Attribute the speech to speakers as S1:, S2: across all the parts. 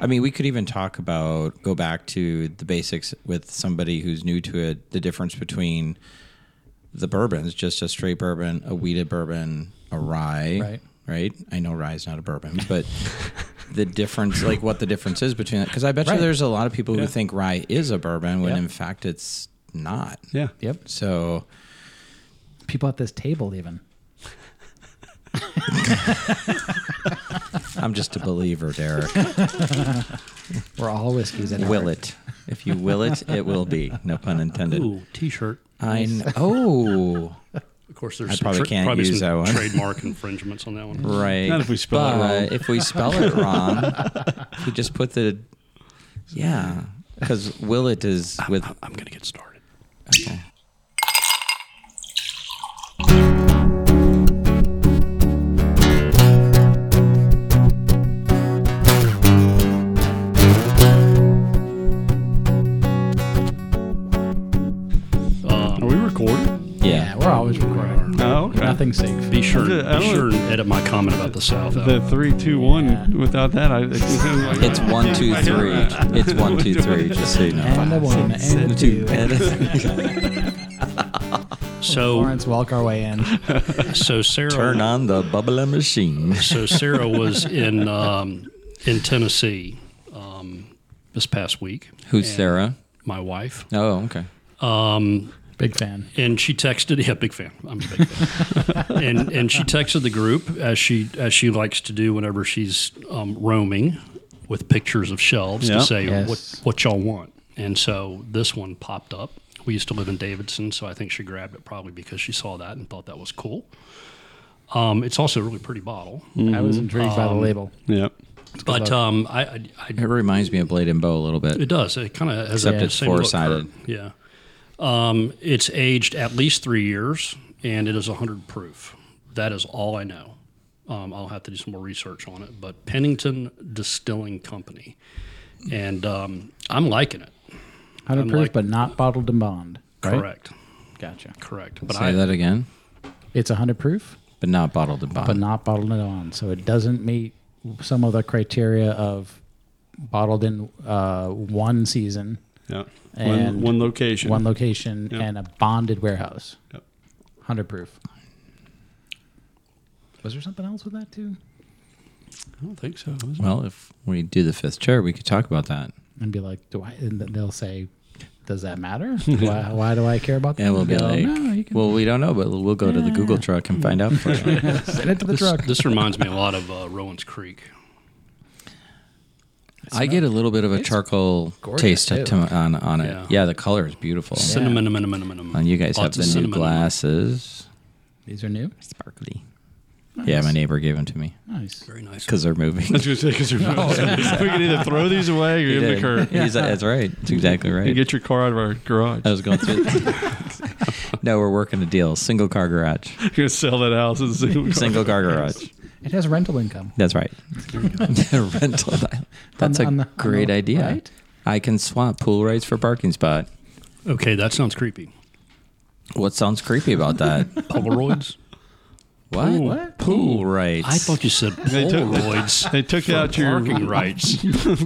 S1: I mean, we could even talk about go back to the basics with somebody who's new to it. The difference between the bourbons, just a straight bourbon, a weeded bourbon, a rye,
S2: Right.
S1: Right. I know rye is not a bourbon, but the difference, like what the difference is between it, because I bet
S2: Right.
S1: you there's a lot of people
S3: Yeah.
S1: who think rye is a bourbon when
S2: Yeah.
S1: in fact it's not.
S3: Yeah.
S2: Yep.
S1: So
S2: People at this table, even.
S1: I'm just a believer, Derek.
S2: We're all whiskeys at
S1: will
S2: heart.
S1: it? If you will it, it will be. No pun intended.
S3: Ooh, t-shirt.
S1: I kn- oh
S3: Of course, there's
S1: I
S3: some
S1: probably can't
S3: probably
S1: use
S3: some
S1: that one.
S3: trademark infringements on that one.
S1: right.
S3: Not if we spell it
S1: But If we spell it wrong, if we just put the yeah, because will it is with
S3: I'm, I'm gonna get started.
S1: okay.
S3: Uh,
S4: Are we recording?
S1: yeah.
S2: Yeah, we're always recording.
S4: Oh, okay.
S2: Nothing's safe.
S3: be sure,
S4: I don't-
S3: be sure and edit my comment about the South. out.
S4: The three, two, one.
S2: Yeah.
S4: Without that, I.
S1: It's one two three. It's one two three. Just so you know.
S2: And a one, and a two.
S3: so,
S2: Lawrence, walk our way in.
S3: so Sarah,
S1: Turn on the bubbler machine.
S3: so Sarah was in um, in Tennessee um, this past week.
S1: Who's
S3: And
S1: Sarah?
S3: My wife,
S1: Oh, okay.
S3: um,
S2: Big fan.
S3: and she texted. Yeah, big fan. I'm a big fan. and and she texted the group as she as she likes to do whenever she's um, roaming with pictures of shelves
S4: Yeah.
S3: to say
S2: Yes.
S3: what what y'all want. And so this one popped up. We used to live in Davidson, so I think she grabbed it probably because she saw that and thought that was cool. Um, it's also a really pretty bottle,
S2: I was intrigued by the label.
S4: Yep.
S3: but um, I, I, I
S1: It reminds me of Blade and Bow a little bit.
S3: It does. It kind of has
S1: Except
S3: that
S1: it's
S3: same look.
S1: four-sided.
S3: Yeah. Um, it's aged at least three years, and it is 100 proof. That is all I know. Um, I'll have to do some more research on it. But Pennington Distilling Company, and um, I'm liking it.
S2: 100
S3: I'm
S2: proof,
S3: like-
S2: but not bottled and bond. Right?
S3: Correct.
S2: Gotcha.
S3: Correct. But
S1: Say
S3: I,
S1: that again,
S2: It's 100 proof,
S1: but not bottled and
S2: but
S1: bond.
S2: not bottled and bond. So it doesn't meet some of the criteria of bottled in uh, one season,
S4: Yeah.
S2: And
S4: One, one location.
S2: one location,
S4: Yep.
S2: and a bonded warehouse.
S4: Yep.
S2: 100 proof. Was there something else with that, too?
S3: I don't think so.
S1: Well, if we do the fifth chair, we could talk about that.
S2: and be like, "Do I?" And th- they'll say, "Does that matter? why, why do I care about that?"
S1: Yeah, we'll be
S2: Go,
S1: like,
S2: "No, you can
S1: well, we don't know, but we'll go to the Google truck and find out for you.
S2: send it to the
S3: This,
S2: truck."
S3: this reminds me a lot of uh, Rowan's Creek.
S1: I get a little bit of a charcoal
S2: gorgeous,
S1: taste
S2: too.
S1: to, on on it.
S3: Yeah.
S1: Yeah. the color is beautiful.
S3: Cinnamon, cinnamon, cinnamon.
S1: And Oh, you guys
S3: Lots of
S1: have the new
S3: cinnamon.
S1: glasses,
S2: These are new.
S1: sparkly. Yeah, my neighbor gave them to me
S2: Nice.
S3: Very nice.
S1: because they're moving.
S4: I was gonna say because we can either throw these away or
S1: He
S4: give them
S1: did.
S4: to Kurt.
S1: He's like, that's right. Oh. That's exactly
S4: And
S1: right.
S4: get your car out of our garage.
S1: I was going through. no, we're working a deal. Single car garage.
S4: You're gonna sell that house and single.
S1: Single car garage.
S2: It has rental income.
S1: That's right. Rental. That's a
S2: On- on the- on
S1: great
S2: the-
S1: idea.
S2: right?
S1: I can swap pool rates for parking spot.
S3: Okay, that sounds creepy.
S1: What sounds creepy about that?
S3: Polaroids.
S1: What?
S2: What?
S1: Pool rights.
S3: I thought you said
S4: They took-
S3: Polaroids.
S4: They took out your
S3: Parking rights.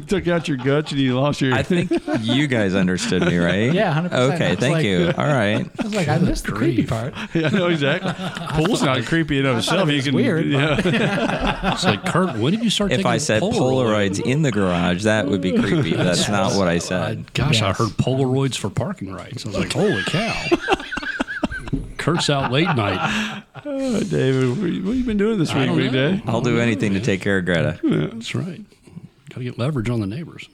S4: took out your guts and you lost your.
S1: I think you guys understood me, right?
S2: Yeah, 100%. I
S1: Okay,
S2: was
S1: thank
S2: like-
S1: you. All right.
S2: I was like, I missed the creepy part.
S4: I know exactly. Pool's not creepy in of itself.
S2: it
S4: You
S2: was
S4: can
S2: weird,
S4: Yeah.
S3: It's like, Kurt, when did you start
S1: If
S3: taking
S1: I said Polaroids in the garage, that would be creepy. That's not what I
S3: Uh,
S1: said.
S3: gosh, I
S2: Yes.
S3: heard Polaroids for parking rights. I was like, holy cow. Kurt's out late night.
S4: Oh, David, what you, what you been doing this
S3: I
S4: week,
S3: don't
S4: Big
S3: know.
S4: Day?
S1: I'll do anything to take care of Greta.
S3: That's right. Got to get leverage on the neighbors.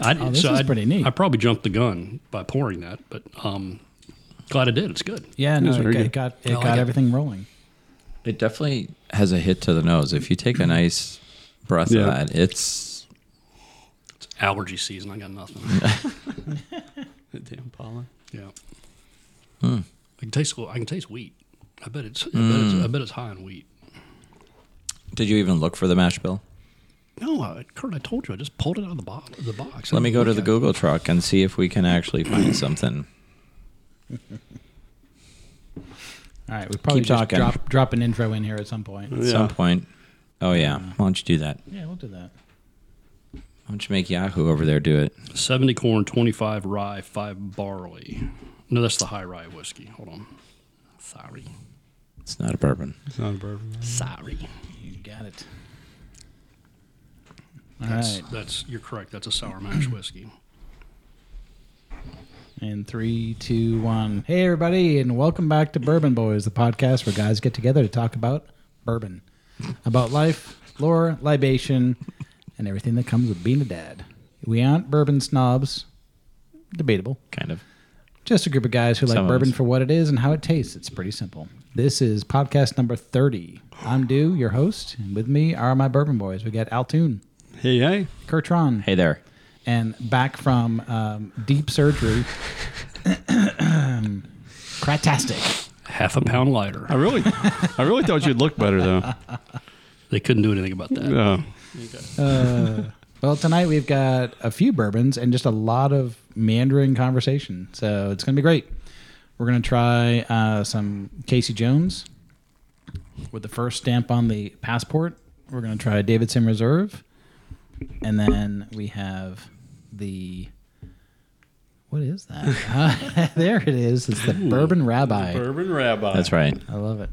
S3: I, oh,
S2: this is pretty neat.
S3: I probably jumped the gun by pouring that, but um, glad I did. It's good.
S2: Yeah, no,
S4: was
S2: it,
S4: very
S2: got-
S4: good.
S2: it got it
S3: like
S2: got
S3: it.
S2: everything rolling.
S1: It definitely has a hit to the nose. If you take a nice breath
S4: Yeah.
S1: of that, it's
S3: It's allergy season. I got nothing.
S4: Damn pollen.
S3: yeah.
S1: Hmm.
S3: I can taste. I can taste wheat. I bet it's. I, bet
S1: Hmm.
S3: it's I bet it's high in wheat.
S1: Did you even look for the mash bill?
S3: No, I, Kurt, I told you. I just pulled it out of the, bo- the box.
S1: Let me go to the Google
S3: Google.
S1: truck and see if we can actually find something.
S2: All right, we probably
S1: Keep
S2: just
S1: talking. Mm.
S2: drop drop an intro in here at some point.
S1: At some point. Oh yeah. Why don't you do that?
S2: Yeah, we'll do that.
S1: don't you make Yahoo over there do it?
S3: 70 corn, 25 rye, 5 barley. No, that's the high rye whiskey. Hold on. Sorry.
S1: It's not a bourbon.
S5: It's not a bourbon.
S3: Sorry.
S2: You got it. All
S3: That's,
S2: right.
S3: that's you're correct. That's a sour mash whiskey.
S2: And three, two, one. Hey, everybody, and welcome back to Bourbon Boys, the podcast where guys get together to talk about bourbon, about life, lore, libation, and everything that comes with being a dad. We aren't bourbon snobs, debatable.
S1: Kind of.
S2: Just a group of guys who like
S1: Some of
S2: bourbon
S1: us.
S2: for what it is and how it tastes. It's pretty simple. This is podcast number 30. I'm Dew, your host, and with me are my bourbon boys. We got Altoon,
S4: Hey, hey.
S2: Kurtron,
S1: Hey there.
S2: and back from um, deep surgery. Cratastic.
S3: Half a pound lighter.
S4: I really, I really thought you'd look better though.
S3: They couldn't do anything about that.
S4: No.
S2: Uh, Well, tonight we've got a few bourbons and just a lot of meandering conversation. So it's going to be great. We're going to try uh, some Casey Jones with the first stamp on the passport. We're going to try Davidson Reserve. And then we have the. What is that? Uh, there it is. It's the Bourbon Rabbi.
S5: Bourbon
S2: Uh,
S5: rabbi.
S1: That's right.
S2: I love it.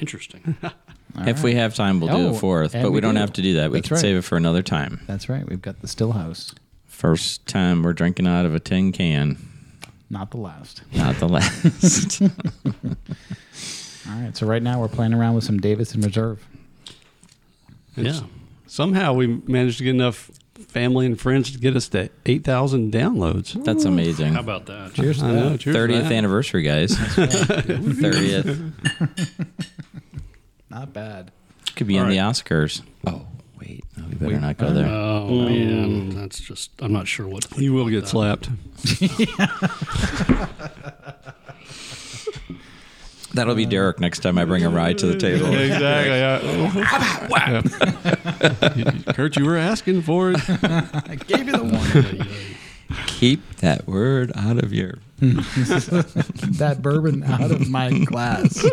S3: Interesting.
S1: if we have time, we'll do
S2: Oh,
S1: a fourth,
S2: and
S1: but we,
S2: we
S1: don't
S2: do.
S1: have to do that. We
S2: That's
S1: can
S2: right.
S1: save it for another time.
S2: That's right. We've got the Stillhouse,
S1: First time we're drinking out of a tin can,
S2: not the last.
S1: not the last.
S2: All right. So right now we're playing around with some Davidson Reserve.
S3: yeah.
S5: Somehow we managed to get enough family and friends to get us to 8,000 downloads.
S1: That's amazing.
S3: How about that?
S2: Cheers to
S5: I
S2: that.
S5: know. Cheers to
S1: 30th
S5: that.
S1: anniversary, guys. 30th.
S2: Not bad.
S1: Could be
S3: All
S1: in the Oscars. Oh, wait. uh, No, we better not go there.
S3: Oh man, that's just I'm not sure what
S5: You will get slapped.
S1: That'll be Derek next time I bring a ride to the table.
S4: Exactly.
S5: Kurt, you were asking for it.
S2: I gave you the one.
S1: Keep that word out of your.
S2: that bourbon out of my glass.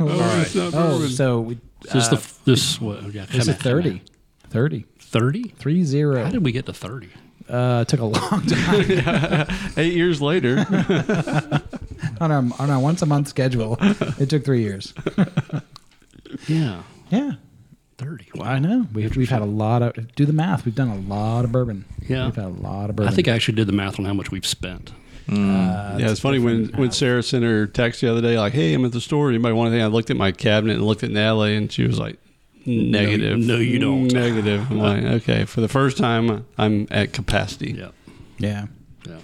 S5: All right.
S2: Oh, so we,
S3: Is this the f- this what yeah,
S2: this is 30. 30.
S3: 30?
S2: 3
S3: How
S2: 0.
S3: did we get to 30?
S2: Uh, it took a long time
S5: Eight years later.
S2: on our, on our once a month schedule. It took three years.
S3: Yeah,
S2: Yeah.
S3: 30. Wow.
S2: I know. We've, we've had a lot of, do the math. We've done a lot of bourbon.
S3: Yeah.
S2: We've had a lot of bourbon. Uh,
S3: I think I actually did the math on how much we've spent.
S5: yeah, it's funny when,
S2: different.
S5: when Sarah sent her text the other day, like, "Hey, I'm at the store. Anybody want anything?" I looked at my cabinet and looked at Natalie, and she was like, "Negative.
S3: no, you don't."
S5: Negative." I'm like, "Okay." For the first time, I'm at capacity.
S3: Yeah.
S2: Yeah.
S3: Yeah.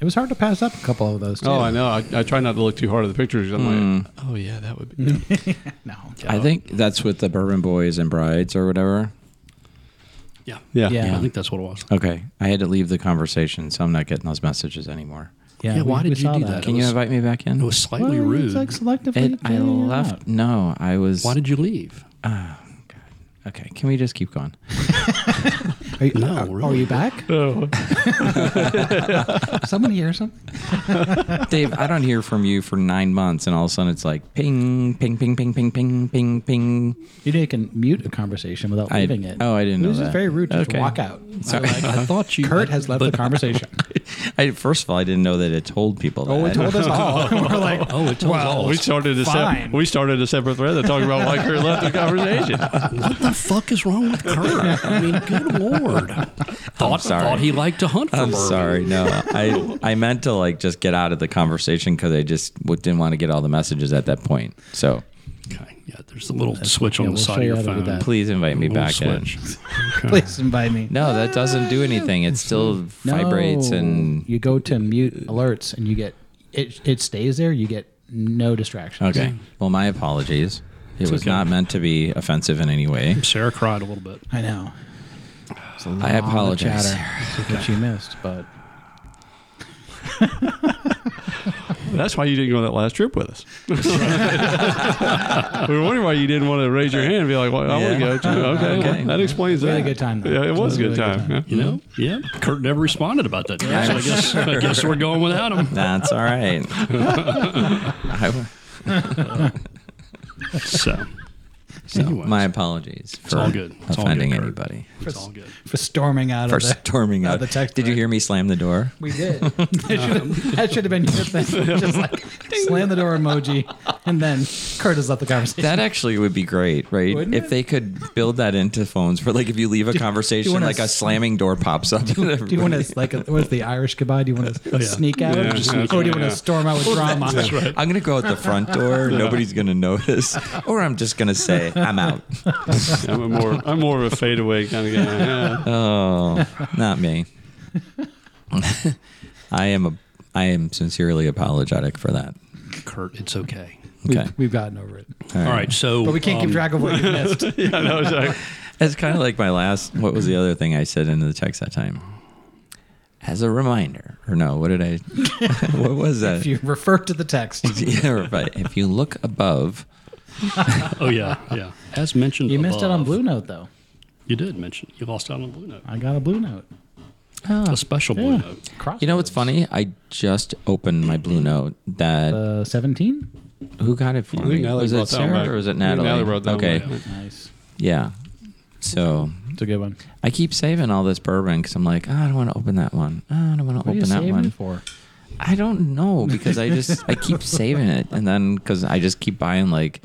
S2: It was hard to pass up a couple of those, too.
S5: Oh, I know. I, I try not to look too hard at the pictures. I'm like, "Oh yeah, that would be."
S2: No.
S1: I think that's with the Bourbon Boys and Brides or whatever.
S3: Yeah.
S5: Yeah.
S2: Yeah. Uh,
S3: Yeah, I think that's what it was.
S1: Okay. I had to leave the conversation, so I'm not getting those messages anymore.
S3: Yeah, why did you
S2: saw
S3: do that?
S1: Can you
S3: was-
S1: invite me back in?
S3: It was slightly
S2: Well,
S3: rude.
S2: It's like selectively.
S1: It, I
S2: tuning it
S1: left.
S2: out.
S1: No, I was. ah,
S3: Why did you leave?
S1: okay, can we just keep going?
S2: Are you,
S3: No,
S2: are, are
S3: really.
S2: you back?
S5: Oh.
S2: Someone hear something?
S1: Dave, I don't hear from you for nine months, and all of a sudden it's like ping, ping, ping, ping, ping, ping, ping, ping.
S2: You know, you can mute a conversation without
S1: I-
S2: leaving it.
S1: oh, I didn't know
S2: This is
S1: that.
S2: very rude to just
S1: Okay.
S2: walk out.
S1: Sorry.
S2: I, like, I thought you. Kurt has left the conversation.
S1: I, first of all, I didn't know that it told people that.
S2: oh, it told us all. We're like,
S3: Oh, it told
S5: Wow, we
S3: us.
S5: started a
S2: fine.
S5: sep- we started a separate thread that talked about why Kurt left the conversation.
S3: What the fuck is wrong with Kurt? I mean, good lord. Thought,
S1: sorry.
S3: thought he liked to hunt for
S1: I'm
S3: bourbon.
S1: sorry. No, I I meant to like just get out of the conversation because I just w- didn't want to get all the messages at that point. So
S3: Okay. Yeah, there's a little switch on
S2: yeah,
S3: the
S2: we'll
S3: side
S2: show
S3: of
S2: you
S3: your
S2: how to do
S3: phone.
S2: that.
S1: please invite me
S3: Little
S1: back in.
S3: switch.
S2: please invite me.
S1: No, that doesn't do anything. It still vibrates
S2: No.
S1: and
S2: you go to mute alerts and you get it. It stays there. You get no distractions.
S1: okay. Well, my apologies. It was
S3: okay.
S1: not meant to be offensive in any way.
S3: Sarah cried a little bit.
S2: I know.
S1: I apologize.
S2: That you missed, but
S5: That's why you didn't go on that last trip with us. we were wondering why you didn't want to raise your hand and be like, well, I
S1: Yeah.
S5: want to go. too." Okay, well,
S1: Okay.
S5: that explains
S2: really
S5: that.
S2: good time. Though.
S5: Yeah, it was a good
S2: really
S5: time.
S3: You know? Yeah. Kurt never responded about that. Yeah. So I guess, I guess we're going without him.
S1: That's all right. I w-
S3: So
S1: So
S3: Anyways.
S1: my apologies for
S3: all good. It's all
S1: offending
S3: good, Kurt.
S1: anybody.
S3: It's all good.
S2: for storming out
S1: For
S2: of there.
S1: storming
S2: uh,
S1: out.
S2: the text
S1: Did you
S2: thread.
S1: hear me slam the door?
S2: We did. that should have been your thing. Just like slam the door emoji, and then Kurt has left the conversation.
S1: That actually would be great, right?
S2: Wouldn't
S1: if
S2: it?
S1: they could build that into phones, where like if you leave a conversation,
S2: wanna
S1: like a
S2: s-
S1: slamming door pops up.
S2: do you want to like what's the Irish goodbye? Do you want to
S3: yeah.
S2: sneak out,
S5: Yeah,
S2: or, just-
S5: that's
S2: or do you
S5: right,
S2: want to
S5: yeah.
S2: storm out with drama?
S1: I'm gonna go out the front door. Nobody's gonna notice, or I'm just gonna say I'm out.
S5: I'm a more I'm more of a fadeaway kind of guy. Yeah.
S1: Oh, not me. I am a. I am sincerely apologetic for that.
S3: Kurt, it's okay.
S1: Okay.
S2: We've gotten over it,
S3: All right, so
S2: but we can't keep
S3: um,
S2: track of what you missed.
S5: yeah, no, it's like,
S1: That's kind of like my last. What was the other thing I said into the text that time? As a reminder, or no? What did I? what was that?
S2: If you refer to the text,
S1: yeah, right. If you look above,
S3: Oh yeah, yeah. As mentioned,
S2: you missed out on
S3: above.
S2: Blue Note though.
S3: You did mention you lost out on Blue Note,
S2: I got a Blue Note.
S3: a special Blue
S2: Yeah.
S3: Note.
S1: you know what's funny? I just opened my Blue Note. That
S2: Uh, Seventeen.
S1: who got it for
S5: think
S1: me?
S5: Natalie
S1: Was it
S5: brought that one back.
S1: Sarah or was
S5: I
S1: it
S5: think
S1: Natalie?
S5: Natalie brought that one
S1: okay,
S5: back.
S2: Nice.
S1: yeah. So
S2: It's a good one.
S1: I keep saving all this bourbon because I'm like, "Oh, I don't want to open that one. Oh, I don't want to
S2: What are you
S1: open that
S2: saving
S1: one.
S2: for?
S1: I don't know because I just I keep saving it, and then because I just keep buying like,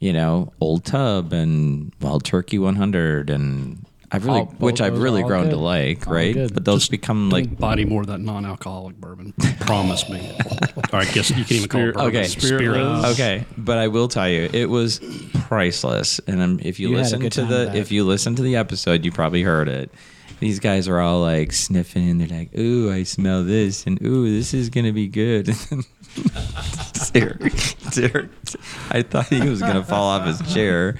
S1: you know, Old Tub and Wild Turkey 100, and I've really
S2: All-
S1: which I've
S2: those are
S1: really
S2: all
S1: grown to
S2: good.
S1: like,
S2: All
S1: right?
S2: good.
S1: But those become like
S3: Don't body more of that non-alcoholic bourbon. Promise me. All right, guess you can even call it
S5: Spirit-
S3: bourbon.
S1: okay.
S3: Spirit.
S5: Spirit-
S1: okay. But I will tell you, it was priceless, and um, if you,
S2: You had a
S1: listen
S2: good
S1: to
S2: time
S1: the
S2: with that.
S1: if you listen to the episode, you probably heard it. These guys are all like sniffing, and they're like, "Ooh, I smell this," and "Ooh, this is gonna be good." Derek, Derek, I thought he was gonna fall off his chair.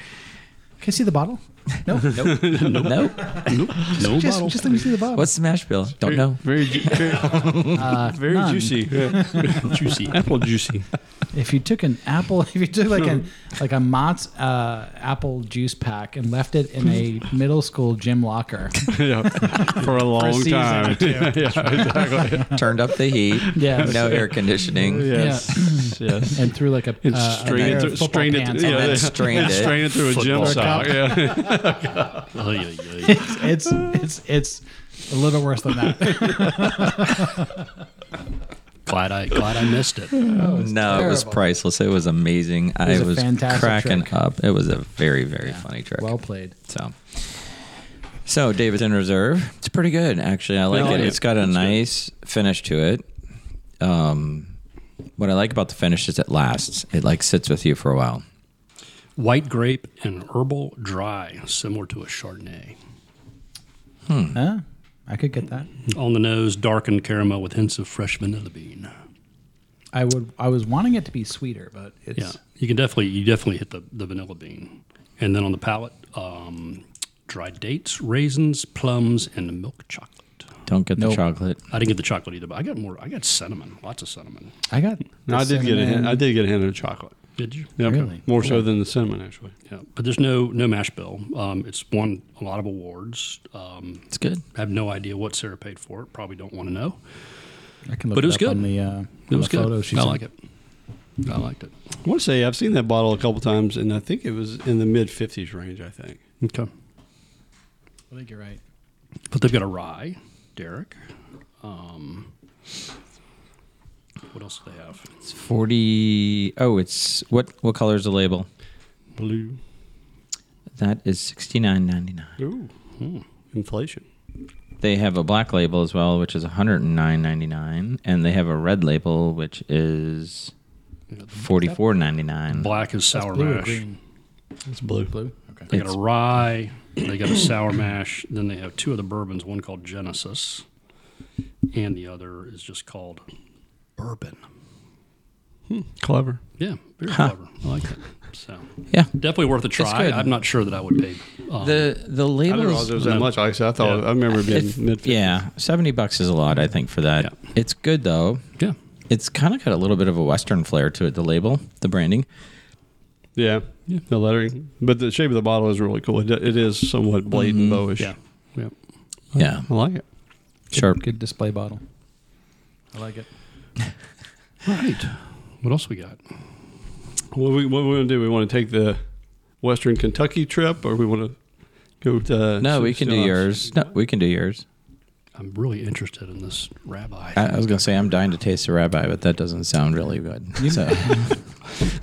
S2: Can I see the bottle? No.
S1: Nope.
S3: No
S2: just,
S3: bottle.
S2: just let me see the bottle. Uh,
S1: What's the mash bill? Don't know.
S5: Very ju- very, very
S2: none.
S5: juicy. Yeah.
S3: juicy.
S5: Apple juicy.
S2: If you took an apple, if you took like an like a Mott's uh, apple juice pack and left it in a middle school gym locker
S5: Yeah. For a
S2: for a
S5: long
S2: season or
S5: time.
S2: two,
S1: Turned up the heat.
S2: Yes.
S1: No air conditioning.
S5: Yes. yes.
S2: and threw like a,
S5: And
S2: uh, a
S5: strained
S2: pair
S5: it,
S2: of
S5: through,
S2: football
S5: strained it,
S2: pants
S5: yeah,
S2: on
S1: then
S5: yeah.
S1: strained
S5: And
S1: it.
S5: Oh, strained it through a gym
S3: Football
S5: sock. Yeah.
S3: Ay, ay, ay.
S2: it. It's it's it's a little bit worse than that.
S3: glad I glad I missed it.
S1: no, it was
S2: terrible.
S1: priceless. It was amazing.
S2: was
S1: I
S2: a
S1: was
S2: fantastic
S1: cracking
S2: trick.
S1: up. It was a very, very funny trick.
S2: Well played.
S1: So, so David's in reserve. It's pretty good, actually. I like
S5: I like
S1: it.
S5: it.
S1: It's got a nice finish to it. Um, what I like about the finish is it lasts. It like sits with you for a while.
S3: White grape and herbal dry, similar to a Chardonnay.
S2: Huh? I could get that.
S3: On the nose, darkened caramel with hints of fresh vanilla bean.
S2: I would. I was wanting it to be sweeter, but it's
S3: Yeah, you can definitely you definitely hit the, the vanilla bean, and then on the palate, um, dried dates, raisins, plums, and milk chocolate.
S1: Don't get the
S2: Nope.
S1: chocolate.
S3: I didn't get the chocolate either, but I got more. I got cinnamon, lots of cinnamon.
S2: I got.
S5: No, I
S2: the
S5: did get a hint.
S2: cinnamon.
S5: I did get a hint of chocolate.
S3: Did you?
S5: Yeah,
S2: Really?
S5: More so than the cinnamon, actually.
S3: Yeah, but there's no no mash bill. Um, it's won a lot of awards. Um,
S1: It's good.
S3: I have no idea what Sarah paid for it. Probably don't want to know.
S2: I can look
S3: But it was
S2: up
S3: good.
S2: on the, uh,
S3: It was
S2: the
S3: good.
S2: photo she
S3: I
S2: sent.
S3: like it. I liked it.
S5: I want to say I've seen that bottle a couple times, and I think it was in the mid 50s range, I think.
S3: Okay,
S2: I think you're right.
S3: but they've got a rye, Derek. Um, what else do they have?
S1: It's forty. Oh, it's what? What color is the label?
S5: Blue.
S1: That is sixty nine ninety nine.
S5: Ooh. Inflation.
S1: They have a black label as well, which is one hundred and nine ninety nine, and they have a red label, which is forty four ninety nine.
S3: Black is sour
S2: Blue or
S3: mash.
S2: green?
S5: It's blue.
S2: Blue. Okay.
S3: They got a rye. They got a sour mash. Then they have two other bourbons. One called Genesis, and the other is just called Bourbon.
S5: Clever.
S3: Yeah, very clever. I like it. So
S1: Yeah.
S3: definitely worth a try.
S1: good.
S3: I'm not sure that I would pay. Um,
S1: The the
S5: I didn't realize
S1: labels
S5: it was that much. Like I said, I thought
S3: Yeah.
S5: I remember it being
S1: If-
S5: mid 50s.
S1: Yeah, seventy bucks is a lot, I think, for that.
S3: Yeah.
S1: It's good though.
S3: yeah,
S1: It's kind of got a little bit of a Western flair to it. The label, the branding.
S5: Yeah. The lettering. But the shape of the bottle is really cool. It, it is somewhat blade and bowish.
S3: yeah, yeah.
S1: Yeah,
S5: I like it.
S1: sharp.
S2: Good display bottle. I like it.
S3: All right. What else we got?
S5: What we, what we want to do, we want to take the Western Kentucky trip, or we want to go uh, to?
S1: No, we can do yours. No, we can do yours.
S3: I'm really interested in this rabbi.
S1: I, I was gonna say I'm dying to taste the rabbi, but that doesn't sound really good. So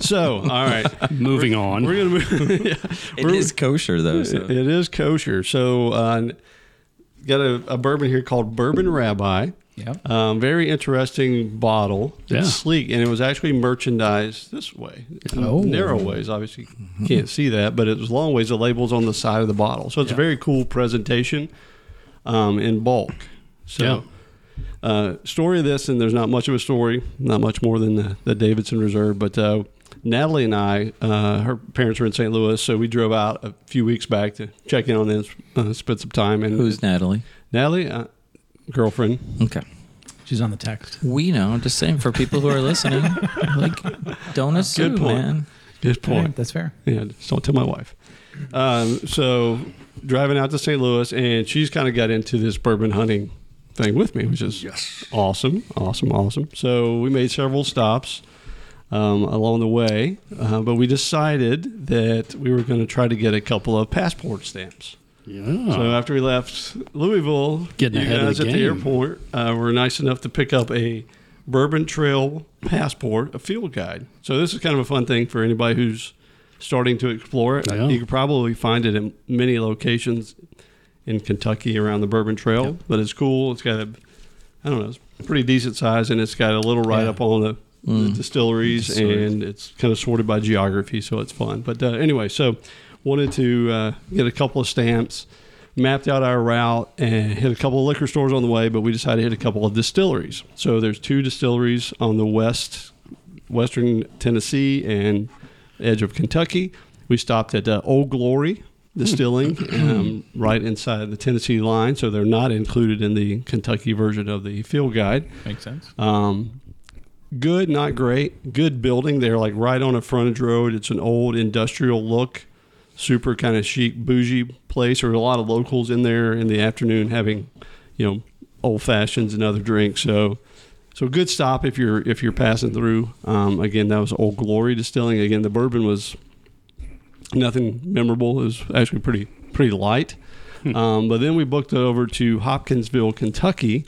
S5: So, all right,
S3: Moving on.
S5: we're gonna move. yeah,
S1: it
S5: we're-
S1: is kosher though. So.
S5: It is kosher. So, uh, got a, a bourbon here called Bourbon Rabbi.
S2: Yep.
S5: Um, very interesting bottle. It's
S3: Yeah.
S5: sleek, and it was actually merchandised this way.
S2: Oh.
S5: Narrow ways, obviously
S3: Mm-hmm.
S5: you can't see that, but it was long ways. The labels on the side of the bottle, so it's a
S3: Yeah.
S5: very cool presentation um, in bulk. So,
S3: Yeah.
S5: uh, story of this, and there's not much of a story, not much more than the, the Davidson Reserve. But uh, Natalie and I, uh, her parents were in St. Louis, so we drove out a few weeks back to check in on them, uh, spend some time. And
S1: Who's Natalie?
S5: Natalie? Uh, girlfriend.
S1: Okay.
S2: She's on the text.
S1: We know. Just saying for people who are listening, like, don't assume,
S5: point.
S1: man.
S5: Good
S2: All
S5: point.
S2: right, that's fair.
S5: Yeah, just don't tell my wife. Um, so driving out to St. Louis, and she's kind of got into this bourbon hunting thing with me, which is awesome, awesome, awesome. So we made several stops um, along the way, uh, but we decided that we were going to try to get a couple of passport stamps.
S3: yeah.
S5: So after we left Louisville,
S3: Getting
S5: you
S3: ahead of
S5: guys
S3: the
S5: at the
S3: game.
S5: airport uh, were nice enough to pick up a Bourbon Trail passport, a field guide. So this is kind of a fun thing for anybody who's starting to explore it.
S3: Yeah.
S5: You could probably find it in many locations in Kentucky around the Bourbon Trail, but it's cool. It's got a, I don't know, it's pretty decent size, and it's got a little write up on the,
S3: Mm.
S5: the distilleries, and it's kind of sorted by geography, so it's fun. But uh, anyway, so wanted to uh, get a couple of stamps, mapped out our route, and hit a couple of liquor stores on the way, but we decided to hit a couple of distilleries. So there's two distilleries on the west, western Tennessee and edge of Kentucky. We stopped at uh, Old Glory Distilling, um, right inside the Tennessee line, so they're not included in the Kentucky version of the field guide.
S2: Makes sense.
S5: Um, good, not great. Good building. They're like right on a frontage road. It's an old industrial look, super kind of chic, bougie place. There were a lot of locals in there in the afternoon having, you know, old fashions and other drinks. So, so good stop if you're if you're passing through. Um, again, that was Old Glory Distilling. Again, the bourbon was nothing memorable. It was actually pretty pretty light. um, but then we booked it over to Hopkinsville, Kentucky,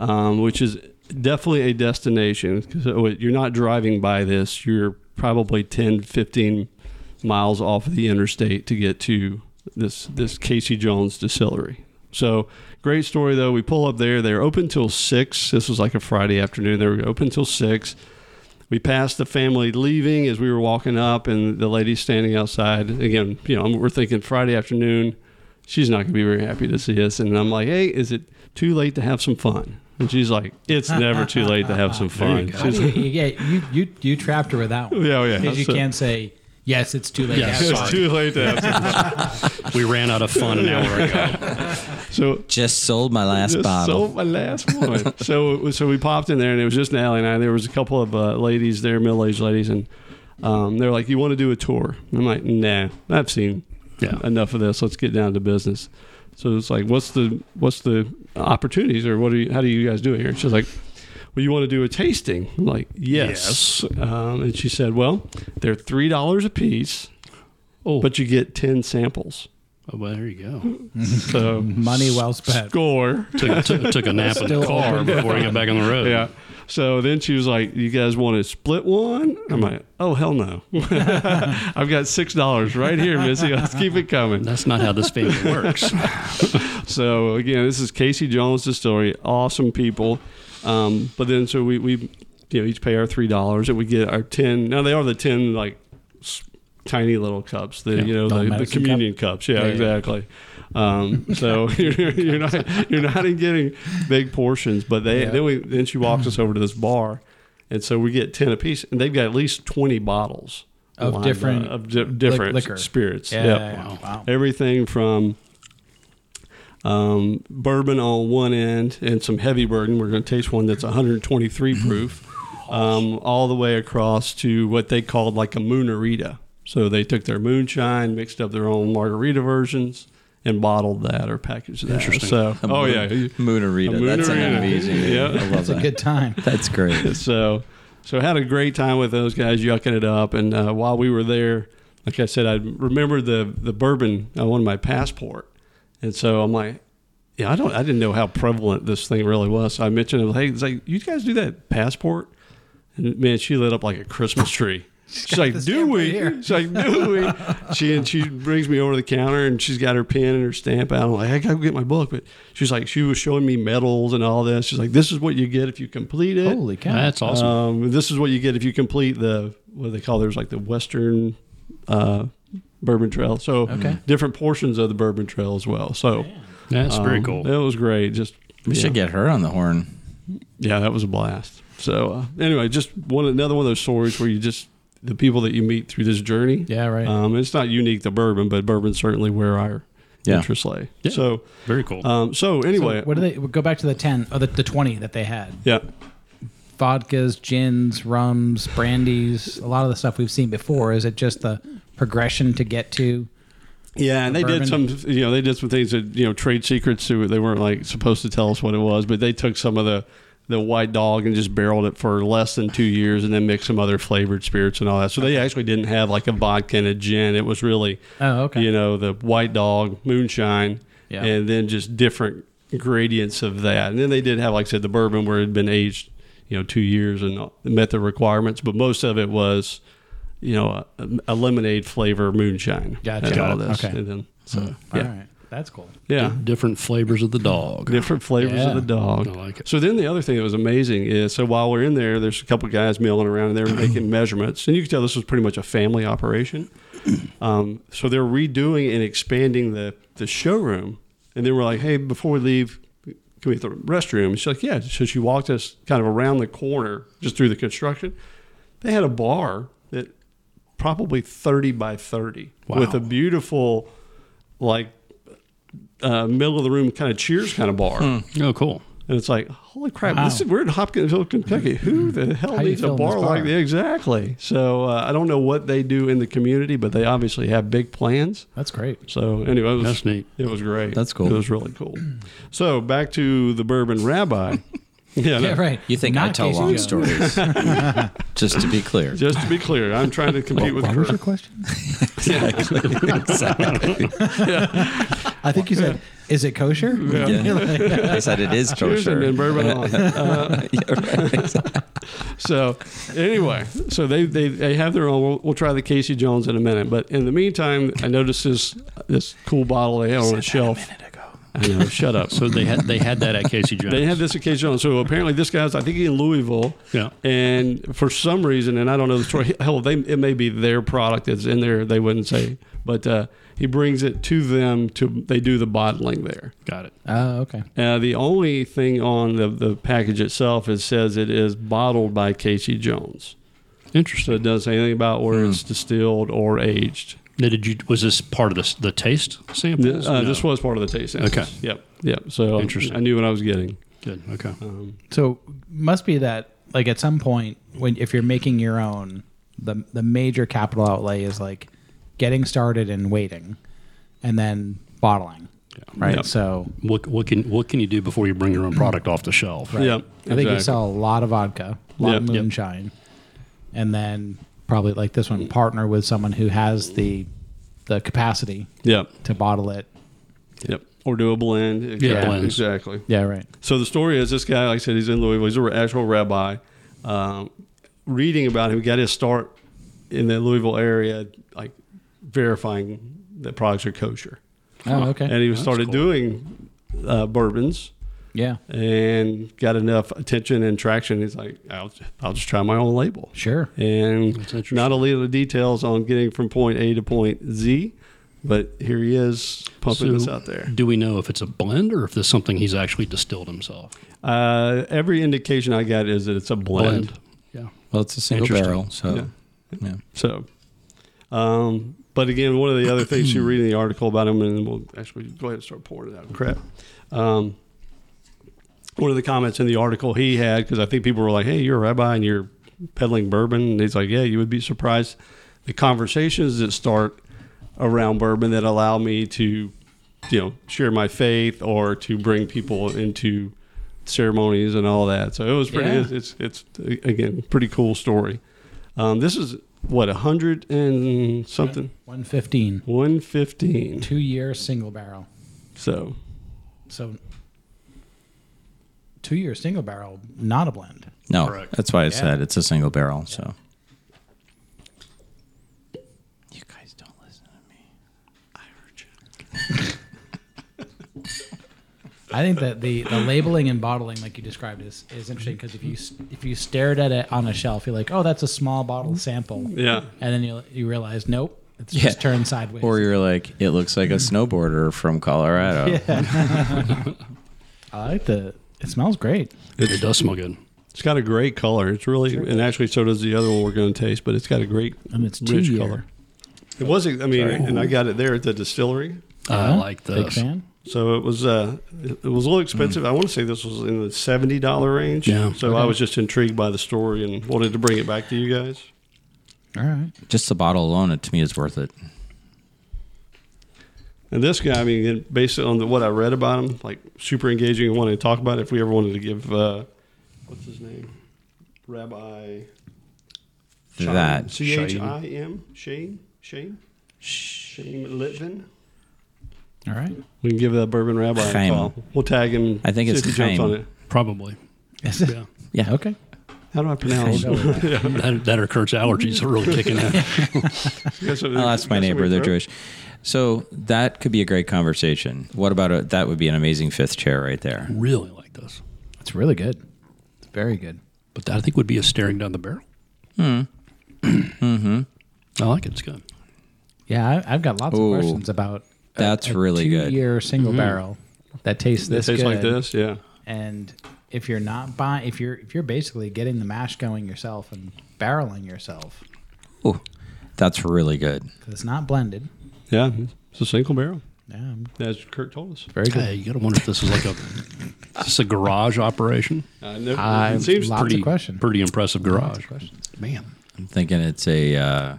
S5: um, which is definitely a destination. 'Cause, uh, you're not driving by this. You're probably 10, 15 miles off the interstate to get to this this Casey Jones distillery. So great story though. We pull up there. They're open till six. This was like a Friday afternoon. They were open till six we passed the family leaving as we were walking up and the lady standing outside again you know we're thinking friday afternoon she's not going to be very happy to see us and i'm like hey is it too late to have some fun and she's like it's never too late to have some fun
S2: How
S5: she's
S2: do
S5: like,
S2: you, yeah, you, you you trapped her with that one.
S5: Yeah, yeah.
S2: Because you
S5: So-
S2: can't say yes. It's too late.
S3: Yes.
S2: to have
S5: it's
S2: fun."
S5: too late to have some
S3: we ran out of fun an hour ago.
S5: so
S1: Just sold my last
S5: just
S1: bottle.
S5: sold my last one. so it was- so we popped in there, and it was just Natalie and I. There was a couple of uh, ladies there, middle aged ladies, and um, they're like, "You want to do a tour?" I'm like, "Nah, I've seen
S3: Yeah.
S5: enough of this. Let's get down to business." So it's like, "What's the what's the opportunities, or what do you, how do you guys do it here?" She's like. Well, you want to do a tasting? I'm like, yes. Um, and she said, well, they're $3 a piece,
S3: Oh,
S5: but you get 10 samples.
S3: oh, well, there you go.
S5: So
S2: Money well spent.
S5: score.
S3: Took, took, took a nap in
S2: Still
S3: the car
S2: open.
S3: before I got back on the road.
S5: Yeah. So then she was like, "You guys want to split one?" I'm like, "Oh hell no! I've got six dollars right here, Missy. Let's keep it coming."
S3: That's not how this family works.
S5: So again, this is Casey Jones' distillery. Awesome people. Um, but then so we we you know each pay our three dollars and we get our ten. Now they are the ten like s- tiny little cups. The you know
S2: Don
S5: the, the
S2: Madison
S5: communion cups. Yeah,
S2: Yeah, yeah.
S5: exactly. Um, so you're, you're not you're not getting big portions, but they
S2: Yeah.
S5: then we then she walks us over to this bar, and so we get ten apiece, and they've got at least twenty bottles
S2: Of
S5: lined up-
S2: different
S5: of di- different
S2: liquor.
S5: spirits.
S2: Yeah.
S5: Yep.
S2: Wow. wow.
S5: Everything from um, bourbon on one end and some heavy bourbon. We're going to taste one that's 123 proof, um, all the way across to what they called like a moonerita. So they took their moonshine, mixed up their own margarita versions, and bottled that or packaged that.
S3: Interesting.
S5: So, oh yeah,
S1: Moonarita.
S5: A
S1: That's an
S5: Moonarita.
S1: amazing. Yeah.
S5: Yeah.
S1: I love
S2: It's a
S1: that.
S2: good time.
S1: That's great.
S5: so so had a great time with those guys yucking it up and uh, while we were there like I said, I remember the the bourbon on one of my passport, and so I'm like, yeah, I don't, I didn't know how prevalent this thing really was. So I mentioned, it, hey, it's like you guys do that passport, and man, she lit up like a Christmas tree. She's like,
S2: this
S5: do
S2: stamp right
S5: we?
S2: here.
S5: She's like, do we? She and she brings me over to the counter and she's got her pen and her stamp out. I'm like, I gotta go get my book. But she's like, she was showing me medals and all this. She's like, this is what you get if you complete it.
S2: Holy cow!
S3: That's awesome.
S5: Um, this is what you get if you complete the what do they call there's like the Western uh, Bourbon Trail. So
S2: Okay.
S5: different portions of the Bourbon Trail as well. So
S3: That's very
S5: um,
S3: cool.
S5: It was great. Just
S1: We
S5: yeah.
S1: should get her on the horn.
S5: yeah, that was a blast. So uh, anyway, just one another one of those stories where you just the people that you meet through this journey.
S2: yeah, right.
S5: Um, it's not unique to bourbon, but bourbon's certainly where our
S1: Yeah.
S5: interests lay.
S3: Yeah.
S5: So
S3: Very cool.
S5: um, so
S2: So
S5: anyway,
S2: what do they go back to the ten or the, the twenty that they had?
S5: yeah.
S2: Vodkas, gins, rums, brandies, a lot of the stuff we've seen before. Is it just the progression to get to?
S5: Yeah, and they
S2: bourbon.
S5: did some, you know, they did some things that you know trade secrets. Too. They weren't like supposed to tell us what it was, but they took some of the the white dog and just barreled it for less than two years, and then mixed some other flavored spirits and all that. So they actually didn't have like a vodka and a gin. It was really,
S2: Oh, okay.
S5: you know, the white dog moonshine,
S2: Yeah.
S5: and then just different gradients of that. And then they did have, like I said, the bourbon where it had been aged, you know, two years and met the requirements, but most of it was. You know, a, a lemonade flavor moonshine.
S2: Gotcha.
S5: and
S2: Got
S5: all
S2: it.
S5: this.
S2: Okay. Mm.
S5: And then so
S2: All
S5: yeah,
S2: right, that's cool.
S5: yeah,
S3: Different flavors of the dog.
S5: different flavors
S2: Yeah.
S5: of the dog.
S3: I like it.
S5: So then the other thing that was amazing is so while we're in there, there's a couple of guys milling around and they're making measurements, and you can tell this was pretty much a family operation. Um, so they're redoing and expanding the the showroom, and then we're like, hey, before we leave. Can we hit the restroom? She's like, yeah. So she walked us kind of around the corner, just through the construction. They had a bar that probably thirty by thirty, with a beautiful, like, uh, middle of the room kind of cheers kind of bar.
S3: Oh, cool.
S5: And it's like, holy crap,
S2: Wow.
S5: this is, we're in Hopkinsville, Kentucky. Who the hell
S2: How you
S5: needs a
S2: fill this
S5: bar, like
S2: bar?
S5: that? Exactly. So uh, I don't know what they do in the community, but they obviously have big plans.
S2: That's great.
S5: So anyway, it was,
S3: That's neat.
S5: It was great.
S1: That's cool.
S5: It was really cool. So back to the bourbon rabbi. yeah, I know.
S2: Yeah, right.
S1: You think I
S2: Not
S1: tell
S2: Casey
S1: long
S2: Jones.
S1: stories? Just to be clear.
S5: Just to be clear, I'm trying to compete with
S2: What was your
S5: Kurt.
S2: question?
S1: exactly.
S2: I think you said, "Is it kosher?" You're like,
S1: I said it is
S5: Cheers and
S1: kosher.
S5: then bourbon on. Uh,
S1: Yeah, right.
S5: so anyway, so they, they they have their own. We'll, we'll try the Casey Jones in a minute, but in the meantime, I noticed this this cool bottle they had on a shelf. I know, shut up.
S3: So they had they had that at Casey Jones.
S5: They had this occasion on. So apparently, this guy's I think he's in Louisville.
S3: Yeah.
S5: And for some reason, and I don't know the story. Hell, they it may be their product that's in there. They wouldn't say, but uh, he brings it to them to they do the bottling there.
S3: Got it.
S2: oh, okay.
S5: Uh, the only thing on the, the package itself is says it is bottled by Casey Jones. So
S3: Interesting.
S5: it doesn't say anything about where
S3: Hmm.
S5: it's distilled or aged.
S3: Now, did you was this part of this the taste sample?
S5: This, uh, this was part of the taste. samples.
S3: Okay.
S5: Yep. Yep. So
S3: Interesting.
S5: I knew what I was getting.
S3: good. Okay.
S5: Uh,
S2: So must be that like at some point when if you're making your own, the the major capital outlay is like getting started and waiting, and then bottling. Right.
S5: Yep.
S2: So
S3: What what can what can you do before you bring your own product off the shelf?
S2: right.
S5: Yep,
S2: I think you
S5: exactly.
S2: sell a lot of vodka, a lot of
S5: Yep. Yep.
S2: moonshine, and then probably like this one, partner with someone who has the the capacity
S5: Yep.
S2: to bottle it.
S5: Yep. Or do a blend. Exactly.
S3: blends.
S5: Exactly.
S2: Yeah, right.
S5: So the story is this guy, like I said, he's in Louisville. He's an actual rabbi. Um, reading about him, he got his start in the Louisville area, like verifying that products are kosher.
S2: Oh, okay.
S5: And he started
S3: cool.
S5: doing uh, bourbons
S2: yeah,
S5: and got enough attention and traction. He's like, I'll, I'll just try my own label.
S2: sure.
S5: And
S3: That's interesting.
S5: not a little details on getting from point A to point Z, but here he is pumping
S3: So
S5: this out there.
S3: Do we know if it's a blend or if there's something he's actually distilled himself?
S5: Uh, every indication I got is that it's a blend.
S3: Yeah.
S1: Well, it's a single
S3: Interesting.
S1: barrel, so
S3: Oh.
S5: Yeah.
S1: yeah.
S5: So, um, but again, one of the other things you read in the article about him, and we'll actually go ahead and start pouring it out. Crap. Um, one of the comments in the article he had, because I think people were like, "Hey, you're a rabbi and you're peddling bourbon," and he's like, "Yeah, you would be surprised the conversations that start around bourbon that allow me to, you know, share my faith or to bring people into." ceremonies and all that so it was pretty
S2: Yeah.
S5: it's, it's it's again pretty cool story um, this is what, a hundred and something?
S2: 115.
S5: 115.
S2: Two year single barrel.
S5: So,
S2: So two year single barrel, not a blend.
S1: No,
S3: Correct.
S1: that's why I said it's a single barrel. So you guys don't listen to me.
S2: I think that the, the labeling and bottling, like you described, is, is interesting because if you s- if you stared at it on a shelf, you're like, oh, that's a small bottle sample, and
S5: yeah.
S2: then you you realize, nope, it's
S1: Yeah.
S2: just turned sideways.
S1: Or you're like, it looks like a snowboarder from Colorado.
S2: I like the. It smells great.
S3: it does smell good.
S5: It's got a great color. It's really, and actually, so does the other one we're going to taste, but it's got a great
S2: And it's two
S5: rich
S2: year.
S5: color. It was, I mean, and I got it there at the distillery.
S3: I like
S2: Big
S3: this.
S2: fan.
S5: So it was, uh, it it was a little expensive. I want to say this was in the seventy dollar range.
S3: Yeah.
S5: So I was just intrigued by the story and wanted to bring it back to you guys.
S2: All right.
S1: Just the bottle alone, it, to me, is worth it.
S5: And this guy, I mean, and based on the, what I read about him, like super engaging and wanted to talk about it. If we ever wanted to give, uh, what's his name, Rabbi Chaim,
S1: That.
S5: C H I M Shane Shane Shane Litvin.
S2: All right.
S5: We can give that bourbon rabbi
S1: Chaim.
S5: a call. We'll tag him.
S1: I think
S5: see
S1: it's
S5: if he jumps
S1: Chaim.
S5: on it.
S3: Probably. Yeah.
S1: Yeah.
S2: Okay.
S5: How do I pronounce?
S2: Chaim.
S5: it?
S3: that, that or Kurt's allergies are really kicking in.
S1: I'll ask my neighbor. They're Jewish. So that could be a great conversation. What about a, that? Would be an amazing fifth chair right there.
S3: really like this.
S2: It's really good. It's very good.
S3: But that I think would be a staring down the barrel. Mm. mm-hmm. I like it. It's good.
S2: Yeah, I, I've got lots
S1: Ooh.
S2: of questions about a-
S1: That's
S2: a
S1: really good.
S2: Two-year single barrel that tastes
S5: It
S2: this
S5: Mm-hmm. tastes
S2: good.
S5: like this. Yeah.
S2: And if you're not buying, if you're if you're basically getting the mash going yourself and barreling yourself,
S1: Ooh, that's really good.
S2: 'cause it's not blended.
S5: Yeah. It's a single barrel.
S2: Yeah,
S5: As Kurt told us.
S2: very good.
S3: Hey, you gotta wonder if this is like a is this a garage operation.
S5: I know-
S2: I-
S5: Uh, it seems
S2: lots of
S3: pretty
S2: question.
S3: pretty impressive garage.
S2: Questions.
S3: Man,
S1: I'm thinking it's a. Uh,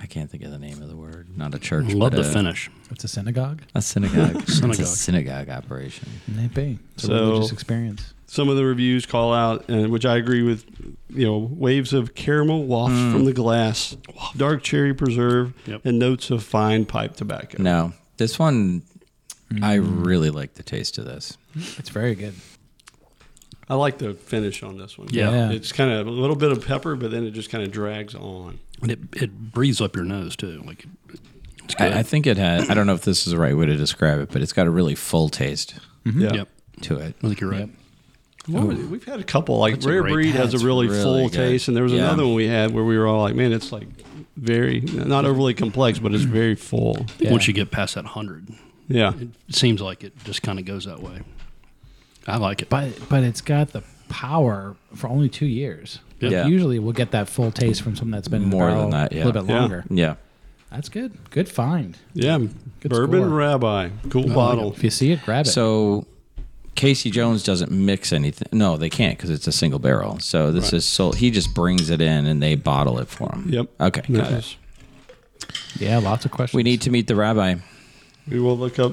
S1: I can't think of the name of the word. Not a church.
S3: I Hmm. love
S1: but uh,
S3: the
S1: a,
S3: finish.
S2: It's a synagogue.
S1: A synagogue. synagogue.
S3: Synagogue.
S1: It's a synagogue operation.
S2: Maybe it's a
S5: So-
S2: religious experience.
S5: some of the reviews call out, and which I agree with, you know, waves of caramel wafts
S1: Mm.
S5: from the glass, dark cherry preserve,
S3: Yep.
S5: and notes of fine pipe tobacco.
S1: No, this one. I
S3: Hmm.
S1: really like the taste of this.
S2: It's very good.
S5: I like the finish on this one.
S3: Yeah.
S2: Yeah.
S5: It's kind of a little bit of pepper, but then it just kind of drags on.
S3: And it it breathes up your nose too. Like it- it's good.
S1: I, I think it has. I don't know if this is the right way to describe it, but it's got a really full taste
S5: Yeah.
S3: Yep.
S1: to it.
S3: I think you're right.
S2: Yep.
S5: What were they- We've had a couple. Like
S3: a
S5: Rare
S3: great-
S5: Breed has
S1: That's
S5: a really,
S1: really
S5: full
S1: good.
S5: taste, and there was
S1: Yeah.
S5: another one we had where we were all like, man, it's like very, not overly complex, but it's very full.
S2: Yeah.
S3: Once you get past that hundred,
S5: Yeah.
S3: it seems like it just kind of goes that way. I like it.
S2: But but it's got the power for only two years. Like,
S1: Yeah.
S2: Usually we'll get that full taste from something that's been
S1: More
S2: in the barrel
S1: than that, yeah.
S2: a little bit
S5: Yeah.
S2: longer.
S1: Yeah.
S2: That's good. Good find.
S5: Yeah.
S2: Good
S5: Bourbon
S2: score.
S5: Rabbi.
S1: Oh,
S5: Cool bottle.
S2: If you see it, grab it.
S1: So Casey Jones doesn't mix anything. No, they can't because it's a single barrel. So this is so he just brings it in and they bottle it for him.
S5: Yep.
S1: Okay.
S5: This
S1: Got it.
S5: is-
S2: yeah, lots of questions.
S1: We need to meet the rabbi.
S5: We will look up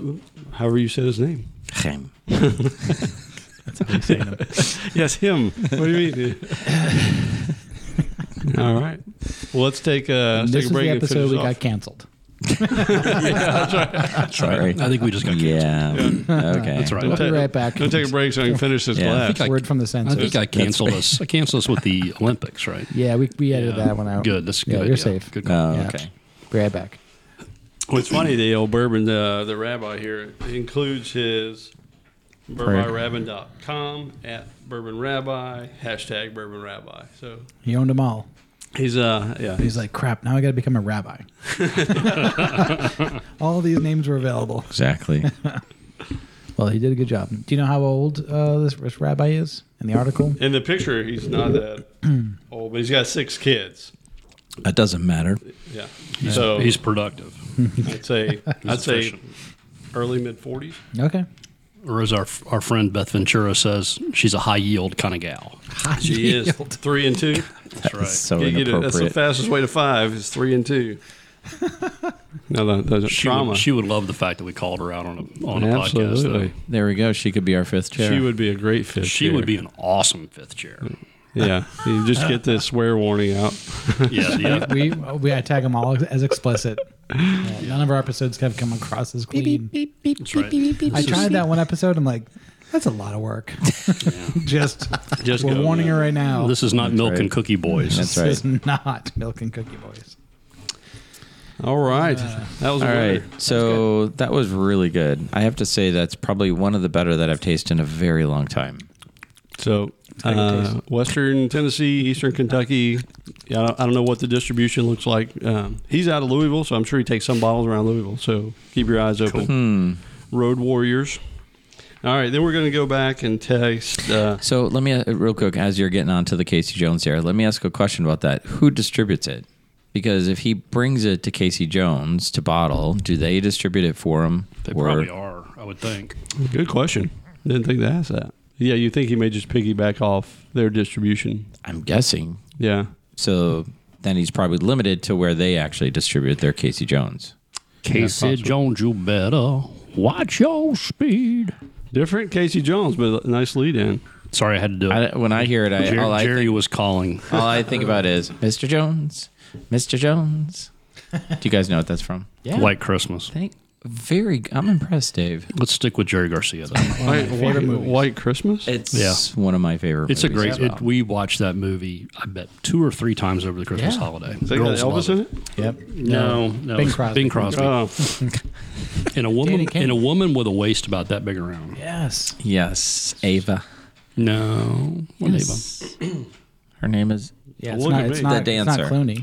S5: however you said his name.
S1: Chaim.
S5: Yes, him. What do you mean? All right. Well, let's take a, let's
S2: this
S5: take
S2: is
S5: a break.
S2: the
S5: and
S2: episode
S5: finish
S2: we
S5: off.
S2: got canceled.
S1: Sorry.
S3: I think we just got canceled.
S1: Yeah. Okay.
S3: That's right.
S2: We'll be
S5: Okay.
S2: right back.
S5: Let's take a break so I can finish this
S1: Yeah. I
S5: glass.
S1: think
S2: Word from the
S3: I
S2: census.
S3: think I canceled us. I canceled us with the Olympics, right?
S2: yeah, we, we edited
S3: Yeah.
S2: that one out.
S3: Good. That's
S2: yeah,
S3: good.
S2: You're
S3: yeah.
S2: safe.
S3: Good call.
S1: Oh,
S2: Yeah.
S1: okay.
S2: Be right back.
S5: What's funny, the old bourbon, uh, the, the rabbi here, includes his bourbonrabbi.com at bourbon rabbi, hashtag bourbon rabbi. So
S2: He owned them all.
S5: he's, uh, yeah.
S2: He's like, crap, now I got to become a rabbi. all these names were available.
S1: Exactly.
S2: Well, he did a good job. Do you know how old uh, this, this rabbi is in the article?
S5: In the picture, he's not that old, but he's got six kids.
S1: That doesn't matter.
S5: Yeah. So
S3: He's productive.
S5: I'd say, I'd say
S3: efficient.
S5: early mid 40s.
S2: Okay.
S3: Or as our our friend Beth Ventura says, she's a high yield kind of gal.
S5: She is three and two.
S3: That's right.
S1: So
S5: Can't get it. That's the
S1: inappropriate.
S5: fastest way to five is three and two. no, that, that's
S3: she
S5: trauma.
S3: Would, she would love the fact that we called her out on a on a podcast.
S5: Absolutely.
S3: though.
S1: There we go. She could be our fifth chair.
S5: She would be a great fit.
S3: She would be an awesome fifth chair.
S5: Yeah, you just get the swear warning out.
S3: Yeah, yeah.
S2: we we I tag them all as explicit. Yeah, none of our episodes have come across as clean.
S3: That's right.
S2: I tried that one episode. I'm like, that's a lot of work. Just,
S3: Just
S2: we're
S3: go,
S2: warning
S3: man.
S2: her right now.
S3: This is not milk
S1: right.
S3: and cookie boys.
S1: That's
S2: This
S1: right.
S2: is not milk and cookie boys.
S5: All right, that was
S1: All right.
S5: weird.
S1: So that was really good. I have to say that's probably one of the better that I've tasted in a very long time.
S5: So, uh, Western Tennessee, Eastern Kentucky. Yeah, I don't, I don't know what the distribution looks like. Um, he's out of Louisville, so I'm sure he takes some bottles around Louisville. So keep your eyes open.
S1: Hmm.
S5: Road Warriors. All right, then we're going to go back and taste. Uh,
S1: So let me uh, real quick as you're getting on to the Casey Jones there, let me ask a question about that. Who distributes it? Because if he brings it to Casey Jones to bottle, do they distribute it for him?
S3: They
S1: Or-
S3: probably are, I would think.
S5: good question. Didn't think to ask that. Yeah, you think he may just piggyback off their distribution?
S1: I'm guessing.
S5: Yeah.
S1: So then he's probably limited to where they actually distribute their Casey Jones.
S3: Casey Jones, you better watch your speed.
S5: Different Casey Jones, but a nice lead in.
S3: Sorry, I had to do it.
S1: I, when I hear it, I,
S3: Jer-
S1: all, I
S3: Jerry
S1: think,
S3: was calling.
S1: all I think about is Mr. Jones, Mr. Jones. Do you guys know what that's from? Yeah.
S3: White Christmas.
S1: Thank, very. I'm impressed, Dave.
S3: Let's stick with Jerry Garcia. Though.
S5: White, White, White Christmas?
S1: It's
S3: Yeah.
S1: one of my favorite.
S3: It's a
S1: movies
S3: great.
S1: as
S3: It,
S1: well.
S3: we watched that movie. I bet two or three times over the Christmas
S2: Yeah.
S3: holiday.
S5: Is that got
S3: Girls love
S5: Elvis in
S3: it.
S5: it?
S2: Yep.
S3: No, no,
S2: Bing
S3: it's
S2: Crosby.
S3: Bing Crosby. Uh,
S5: Oh,
S3: and a woman,
S2: Danny Kaye.
S3: and a woman with a waist about that big around.
S2: Yes.
S1: yes, Ava.
S3: No, what name?
S1: Yes. Her name is
S2: Yeah.
S5: Look at me.
S1: The dancer.
S2: It's not Clooney.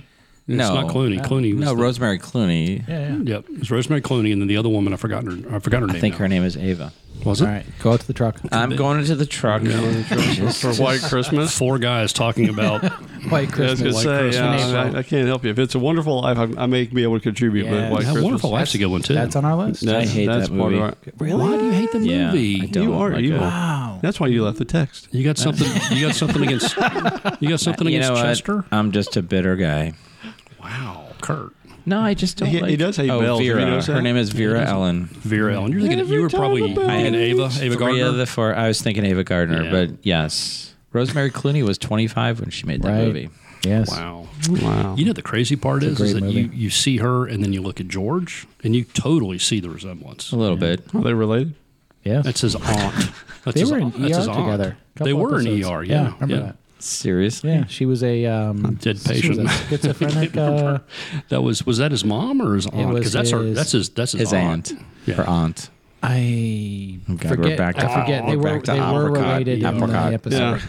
S3: It's
S1: no.
S3: not Clooney. Clooney was
S1: no
S3: the-
S1: Rosemary Clooney.
S2: Yeah. yeah.
S3: Yep, it's Rosemary Clooney, and then the other woman. I forgot her. I forgot her name.
S1: I think
S3: now.
S1: her name is Ava.
S3: was it.
S2: All right. Go out to the truck.
S1: I'm going into the truck.
S5: for White Christmas?
S3: Four guys talking about.
S2: White
S5: I
S2: Christmas.
S5: was going to
S2: White
S5: say,
S2: Christmas.
S5: yeah,
S2: Name
S5: I, I can't help you. If it's a wonderful life, I, I may be able to contribute,
S2: Yeah.
S5: but White
S2: Yeah,
S5: Christmas.
S3: Wonderful Life's a good one too.
S2: That's on our list.
S1: I
S5: That's,
S1: hate
S5: that's
S1: that
S5: part
S1: movie.
S5: of our,
S3: Why do you hate the
S1: Yeah,
S3: movie?
S1: I don't
S5: You are
S1: like
S5: evil.
S1: it.
S2: Wow.
S5: That's why you left the text.
S3: You got something. you got something against. You got something
S1: You
S3: against
S1: know what?
S3: Chester.
S1: I'm just a bitter guy.
S3: Wow, Kurt,
S1: No, I just don't.
S5: He- he
S1: like,
S5: does hate
S1: oh,
S5: bells. Have you
S1: Vera.
S5: noticed
S1: Her
S5: that?
S1: name is Vera Ellen.
S3: Vera Ellen. You're thinking you were probably thinking Ava, Ava
S1: Three
S3: Gardner.
S1: of the four. I was thinking Ava Gardner,
S3: Yeah.
S1: but yes, Rosemary Clooney was 25 when she made that
S2: Right.
S1: movie.
S2: Yes.
S3: wow.
S5: Wow.
S3: You know the crazy part is,
S2: great
S3: is that you,
S2: movie.
S3: you see her and then you look at George and you totally see the resemblance.
S1: A little bit.
S5: Are they related?
S2: Yes.
S3: That's his aunt. That's
S2: they
S3: his,
S2: were in
S3: that's
S2: ER
S3: his aunt.
S2: together.
S3: They
S2: Couple
S3: were in
S2: episodes.
S3: ER. Yeah,
S2: Remember
S3: yeah.
S2: that?
S1: Seriously.
S2: Yeah. She was a um,
S3: Dead
S2: she was a
S3: patient.
S2: schizophrenic. uh,
S3: That was was that his mom or his aunt?
S2: was
S3: Because that's her.
S2: his-
S3: That's his. That's his,
S1: His aunt.
S3: Yeah.
S1: Her aunt.
S2: I
S1: God,
S2: forget.
S1: we're back to-
S2: I forget. they
S1: we're
S2: were
S1: back to
S2: they were
S1: apricot.
S2: related in the
S1: Apricot.
S2: episode.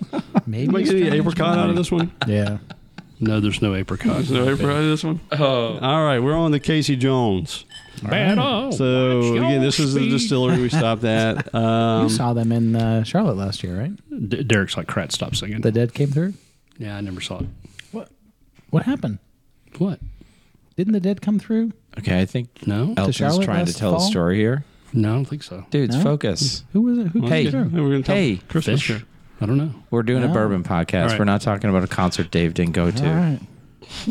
S2: Maybe
S5: Did we
S2: it's
S5: get any
S2: strange
S5: apricot out of this one?
S2: one. Yeah.
S3: No, there's no apricot.
S5: Is there apricot out of this one? Oh. All right, we're on the Casey Jones.
S3: Bad old.
S5: So,
S3: Watch your
S5: again, this is the
S3: speed.
S5: distillery we stopped at.
S2: You
S5: Um,
S2: saw them in uh, Charlotte last year, right?
S3: D- Derek's like Krat. Stop singing.
S2: The dead came through.
S3: yeah, I never saw it.
S2: What? What happened?
S3: What?
S2: Didn't the dead come through?
S1: Okay, I think
S3: No,
S1: Elton's
S2: Charlotte
S1: trying to
S2: last
S1: tell
S2: fall?
S1: a story here.
S3: no, I don't think so.
S1: Dudes,
S2: No?
S1: focus.
S2: Who was it? Who
S1: Hey,
S2: came through?
S5: we're gonna talk
S1: hey,
S5: Christmas.
S3: Fish. I don't know.
S1: We're doing
S2: No.
S1: a bourbon podcast.
S3: right.
S1: We're not talking about a concert Dave didn't go to.
S2: All right.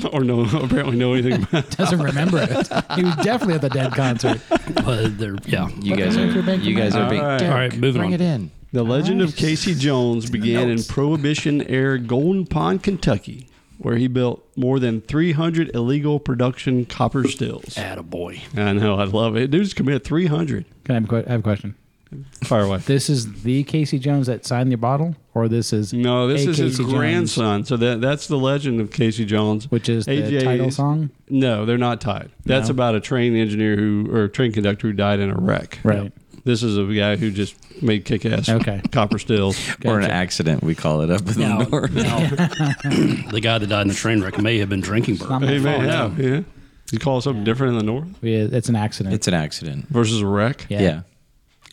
S5: Um, or no, apparently know anything about
S2: Doesn't remember it. He was definitely at the dead concert.
S3: But there, yeah.
S1: You
S2: But
S1: guys
S2: they're
S1: are
S2: making
S1: you guys
S5: money.
S1: are being
S5: All right.
S3: All right, moving
S1: bring it
S3: on.
S1: in.
S5: The legend
S2: right.
S5: of Casey Jones began in Prohibition era Golden Pond, Kentucky, where he built more than 300 illegal production copper stills.
S3: Attaboy.
S5: I know, I love it. Dude's committed 300.
S2: Can I have a, que- I have a question?
S5: Fire away.
S2: This is the Casey Jones that signed the bottle, or this is
S5: No, this
S2: a
S5: is his
S2: Casey Jones,
S5: grandson. So that that's the legend of Casey Jones,
S2: which is the
S5: AJ
S2: title song,
S5: No, they're not tied. That's
S2: No?
S5: about a train engineer who or a train conductor who died in a wreck.
S2: right?
S5: This is a guy who just made kick-ass
S2: Okay.
S5: copper stills.
S1: Or an
S2: Gotcha.
S1: accident, we call it up in
S3: Now,
S1: the north.
S3: now, the guy that died in the train wreck may have been drinking
S2: not
S3: bourbon.
S2: my
S5: Hey, man,
S2: fault.
S5: yeah, yeah. You call it something different in the north
S2: We- It's an accident.
S1: It's an accident.
S5: versus a wreck?
S1: Yeah.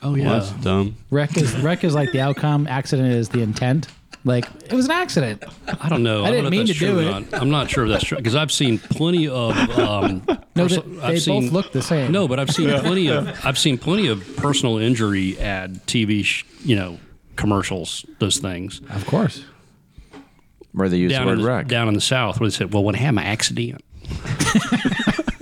S3: Oh yeah.
S5: Well, that's dumb.
S2: Wreck is wreck is like the outcome. Accident is the intent. Like it was an accident.
S3: I don't know.
S2: I didn't
S3: don't know if
S2: mean
S3: that's
S2: to
S3: true
S2: do
S3: or
S2: it.
S3: Not. I'm not sure if that's true because I've seen plenty of. Um,
S2: No,
S3: perso-
S2: they-
S3: I've
S2: they both
S3: seen-
S2: look the same.
S3: No, but I've seen plenty of. I've seen plenty of personal injury ad TV, sh- you know, commercials. Those things
S2: Of course.
S1: Where they use the
S3: down
S1: word
S3: in the,
S1: wreck.
S3: down in the south where they said, "Well, when I had my accident."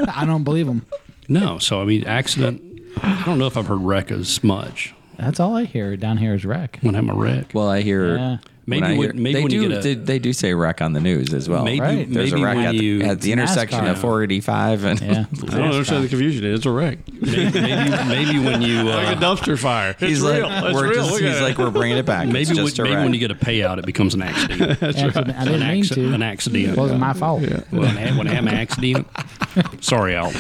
S2: I don't believe him.
S3: No, so I mean, accident. I don't know if I've heard wreck as much
S2: That's all I hear down here is wreck.
S3: when I'm a wreck.
S1: Well, I hear
S2: Yeah.
S1: When
S3: Maybe
S1: I
S3: when-
S1: hear-
S3: maybe
S1: they
S3: when
S1: do
S3: you get a-
S1: they, they do say wreck on the news as well.
S3: Maybe-
S2: Right.
S1: There's
S3: maybe
S1: a wreck
S3: when
S1: at,
S3: you-
S1: the, at the
S2: It's
S1: intersection
S2: NASCAR.
S1: of 485 and
S2: Yeah.
S5: I don't understand the confusion. It's a wreck.
S3: maybe, maybe, maybe when you uh,
S5: Like a dumpster fire. It's
S1: he's
S5: real.
S1: like
S5: it's
S1: we're
S5: real.
S1: just
S5: Look
S1: he's
S5: at
S1: like
S5: it.
S1: we're bringing it back.
S3: maybe,
S1: it's
S3: when,
S1: just a
S3: maybe when
S1: wreck.
S3: you get a payout, it becomes an accident.
S2: Accident- I
S3: an,
S2: didn't mean
S3: acci-
S2: to.
S3: an accident.
S2: It wasn't my fault.
S3: When I, when I have an accident, sorry, Al.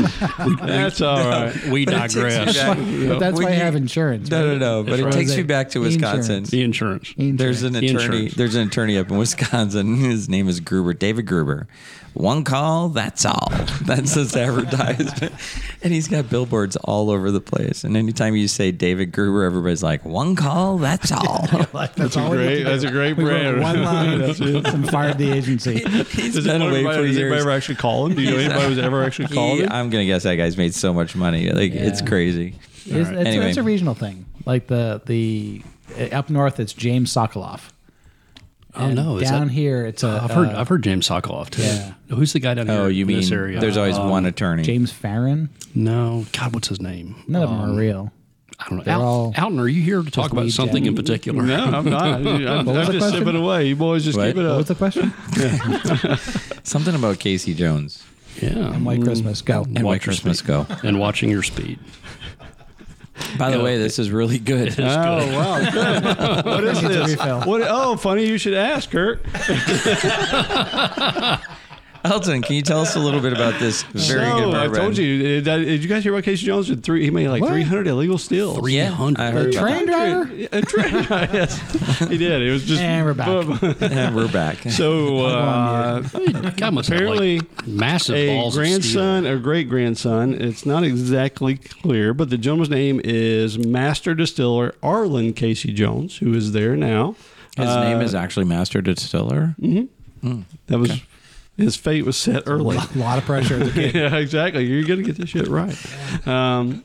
S3: We,
S5: That's all right.
S3: we digress.
S1: back.
S2: But that's
S1: When
S2: why I
S1: you-
S2: have insurance.
S1: No, no,
S2: right?
S1: no. But it
S2: Or is
S1: takes
S2: it
S1: me back to Wisconsin.
S2: insurance?
S3: The insurance.
S1: There's an attorney.
S3: Insurance.
S1: There's an attorney up in Wisconsin. His name is Gruber, David Gruber. One call, that's all. That's his advertisement. And he's got billboards all over the place. And anytime you say David Gruber, everybody's like, "One call, that's all."
S2: That's all we have to
S5: Great.
S2: do.
S5: That's a great
S2: We wrote
S5: brand.
S2: one line and fired the agency.
S1: he's
S5: Does
S1: been away
S5: anybody-
S1: for
S5: does anybody
S1: years.
S5: ever actually call him? Do you know anybody who's ever actually called
S1: He-
S5: him?
S1: I'm gonna guess that guy's made so much money. Like it's
S2: Yeah.
S1: crazy.
S2: It's, it's,
S1: Anyway.
S2: it's a regional thing. Like the the uh, up north, it's James Sokoloff.
S3: Oh no, is
S2: down
S3: that, Oh,
S2: here, it's a
S3: I've heard
S2: uh,
S3: I've heard James Sokoloff too.
S2: Yeah.
S3: Who's the guy down here
S1: Oh, you
S3: in
S1: mean
S3: this area?
S1: there's always
S3: Um,
S1: one attorney.
S2: James Farron.
S3: No, God, what's his name?
S2: None of them
S3: Um,
S2: are real.
S3: I don't know.
S2: They're all-
S3: Al, Alton, are you here to talk about
S2: weed
S3: something in
S2: jack.
S3: particular?
S5: No, I'm not. I'm,
S2: was
S5: I'm
S2: the
S5: just
S2: question?
S5: sipping away. You boys just
S1: What?
S5: keep it
S2: What
S5: up.
S2: was the question?
S1: Something about Casey Jones
S3: Yeah.
S2: And White Christmas. Go.
S1: and why
S3: Watch your
S1: Christmas
S3: speed.
S1: go.
S3: And watching your speed.
S1: By the
S3: Yeah.
S1: way, this is really good.
S5: Oh wow! Good. What is
S2: It's a
S5: this?
S2: refill.
S5: What? Oh, funny you should ask, Kurt.
S1: Elton, can you tell us a little bit about this very
S5: no,
S1: good
S5: I
S1: bourbon?
S5: told you. Did, did you guys hear about Casey Jones? Did three? He made like
S2: What?
S5: 300 illegal steals.
S1: Yeah,
S3: 300.
S1: I heard
S2: The
S1: about
S2: train driver.
S5: A train ride, yes, he did. It was just.
S2: And we're back.
S1: that. And we're back.
S5: So uh,
S3: God must have, like,
S5: apparently,
S3: massive
S5: a
S3: balls
S5: grandson, a great grandson. It's not exactly clear, but the gentleman's name is Master Distiller Arlen Casey Jones, who is there now.
S1: His
S5: Uh,
S1: name is actually Master Distiller.
S5: That was his fate was set early.
S2: A lot of pressure. as a kid.
S5: yeah, exactly. You're gonna get this shit right. Um,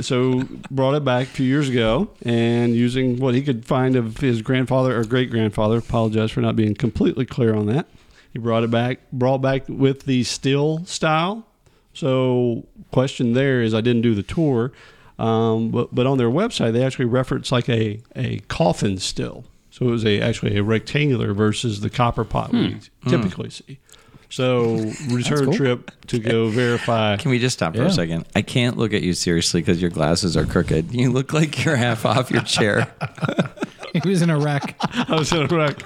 S5: so brought it back a few years ago, and using what he could find of his grandfather or great grandfather. Apologize for not being completely clear on that. He brought it back, brought back with the still style. So question there is, I didn't do the tour, um, but but on their website they actually reference like a a coffin still. So it was a actually a rectangular versus the copper pot we typically see. So return
S2: cool.
S5: trip to go verify.
S1: Can we just stop for
S2: Yeah.
S1: a second? I can't look at you seriously because your glasses are crooked. You look like you're half off your chair.
S2: he was in a wreck.
S5: I was in a wreck.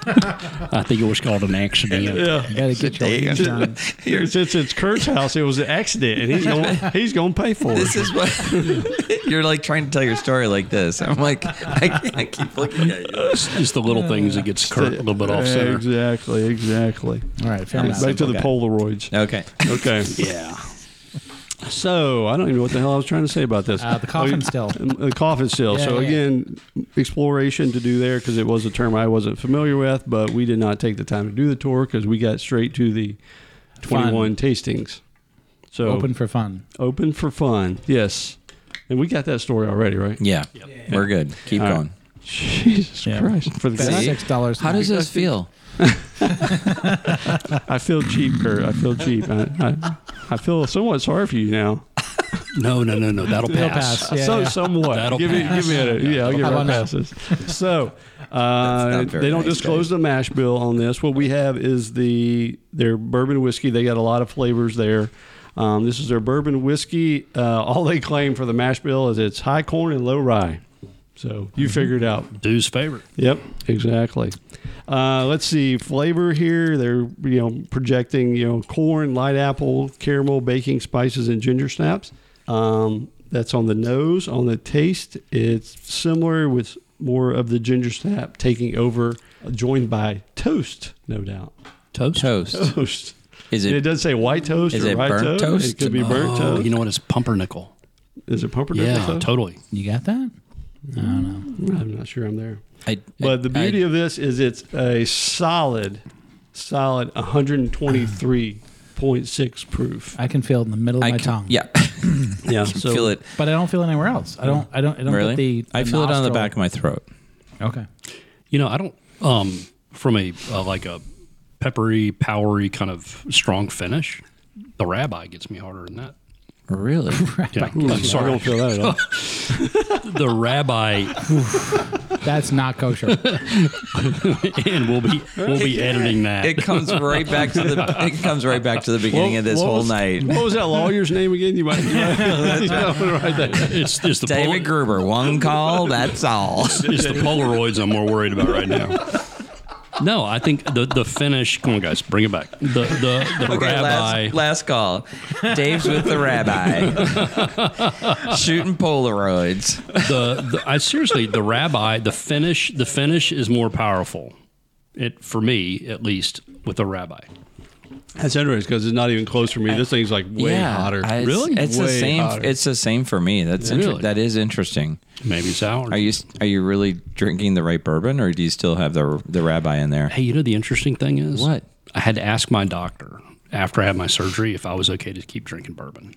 S3: I think it was called an accident.
S5: Yeah.
S2: Gotta get your
S1: Damn.
S2: wings done.
S5: Since it's, Kurt's house, it was an accident, and he's going he's going to pay for
S1: This
S5: it.
S1: is what you're like trying to tell your story like this. I'm like, I can't keep looking at you.
S3: It's just the little things that gets Kurt a little bit off center.
S5: Exactly, exactly.
S2: All right, fair
S5: Back
S2: enough.
S5: to the
S1: guy.
S5: Polaroids.
S1: Okay.
S5: Okay.
S3: Yeah.
S5: So I don't even know what the hell I was trying to say about this. Oh,
S2: Uh, the coffin still.
S5: The coffin still.
S2: Yeah,
S5: so
S2: yeah.
S5: again, exploration to do there because it was a term I wasn't familiar with, but we did not take the time to do the tour because we got straight to the
S2: Fun.
S5: 21 tastings. So
S2: Open for fun.
S5: open for fun. Yes, and we got that story already, right?
S1: Yeah. We're good. Keep
S5: All right.
S1: going.
S5: Jesus
S2: Yeah.
S5: Christ! For the
S1: See?
S2: Six dollars.
S1: How does this feel?
S5: I feel cheap, Kurt. I feel cheap. I, I, I feel somewhat sorry for you now.
S3: No, no, no, no. That'll pass.
S2: pass. Yeah,
S5: so
S2: yeah.
S5: somewhat.
S3: That'll
S5: give me,
S3: pass.
S5: give me a, yeah, I'll give her
S2: How about
S5: passes. So uh,
S1: not very
S5: they don't
S1: nice,
S5: disclose the mash bill on this. What we have is the their bourbon whiskey. They got a lot of flavors there. Um, this is their bourbon whiskey. Uh, all they claim for the mash bill is it's high corn and low rye. So you figured out.
S3: Dude's favorite.
S5: Yep, exactly. Uh, let's see flavor here. They're you know projecting you know corn, light apple, caramel, baking spices, and ginger snaps. Um, that's on the nose. On the taste, it's similar with more of the ginger snap taking over, joined by toast, no doubt.
S3: Toast.
S1: Toast.
S5: Toast.
S1: Is
S5: It,
S1: it?
S5: does say white toast
S1: is
S5: or
S1: it
S5: rye
S1: burnt
S5: toast.
S1: toast?
S5: It could be burnt
S3: oh,
S5: toast.
S3: You know what? It's pumpernickel.
S5: is it pumpernickel?
S3: Yeah,
S5: toast?
S3: totally.
S2: You got that?
S5: I'm not sure. I'm there.
S1: I,
S5: But the
S1: I-
S5: beauty of this is it's a solid, solid 123.6 proof.
S2: I can feel it in the middle of
S1: I
S2: my
S1: can-
S2: tongue.
S1: Yeah.
S5: Yeah,
S1: I feel it.
S2: But I don't feel it anywhere else. I don't. I don't. I don't
S1: Really?
S2: get the.
S1: I
S2: the
S1: feel it on the
S2: nostril-
S1: back of my throat.
S2: Okay.
S3: You know, I don't um from a uh, like a peppery, powery kind of strong finish. The rabbi gets me harder than that.
S1: Really?
S3: Yeah, I'm
S5: I
S3: sorry.
S5: don't feel that at all.
S3: The rabbi
S2: That's not kosher.
S3: and we'll be we'll be editing that.
S1: It comes right back to the. It comes right back to the beginning of this
S5: What
S1: whole
S5: was-
S1: night.
S5: What was that lawyer's name again? You might, you might, you might wanna write that down.
S3: it's, it's the pol-
S1: David Gruber, one call. That's all.
S3: it's the Polaroids I'm more worried about right now. No, I think the the finish. Come on, guys, bring it back. The the, the rabbi.
S1: last, last call. Dave's with the rabbi, shooting Polaroids.
S3: the, the I seriously the rabbi the finish the finish is more powerful. It for me at least with a rabbi.
S5: That's interesting because it's not even close for me. This thing's like way hotter.
S1: I- it's, It's the
S5: Way
S1: same.
S5: hotter.
S1: It's the same for me. That's inter-
S3: Really?
S1: that is interesting.
S3: Maybe it's ours.
S1: Are you are you really drinking the right bourbon, or do you still have the the rabbi in there?
S3: hey, you know the interesting thing is
S1: What?
S3: I had to ask my doctor after I had my surgery if I was okay to keep drinking bourbon.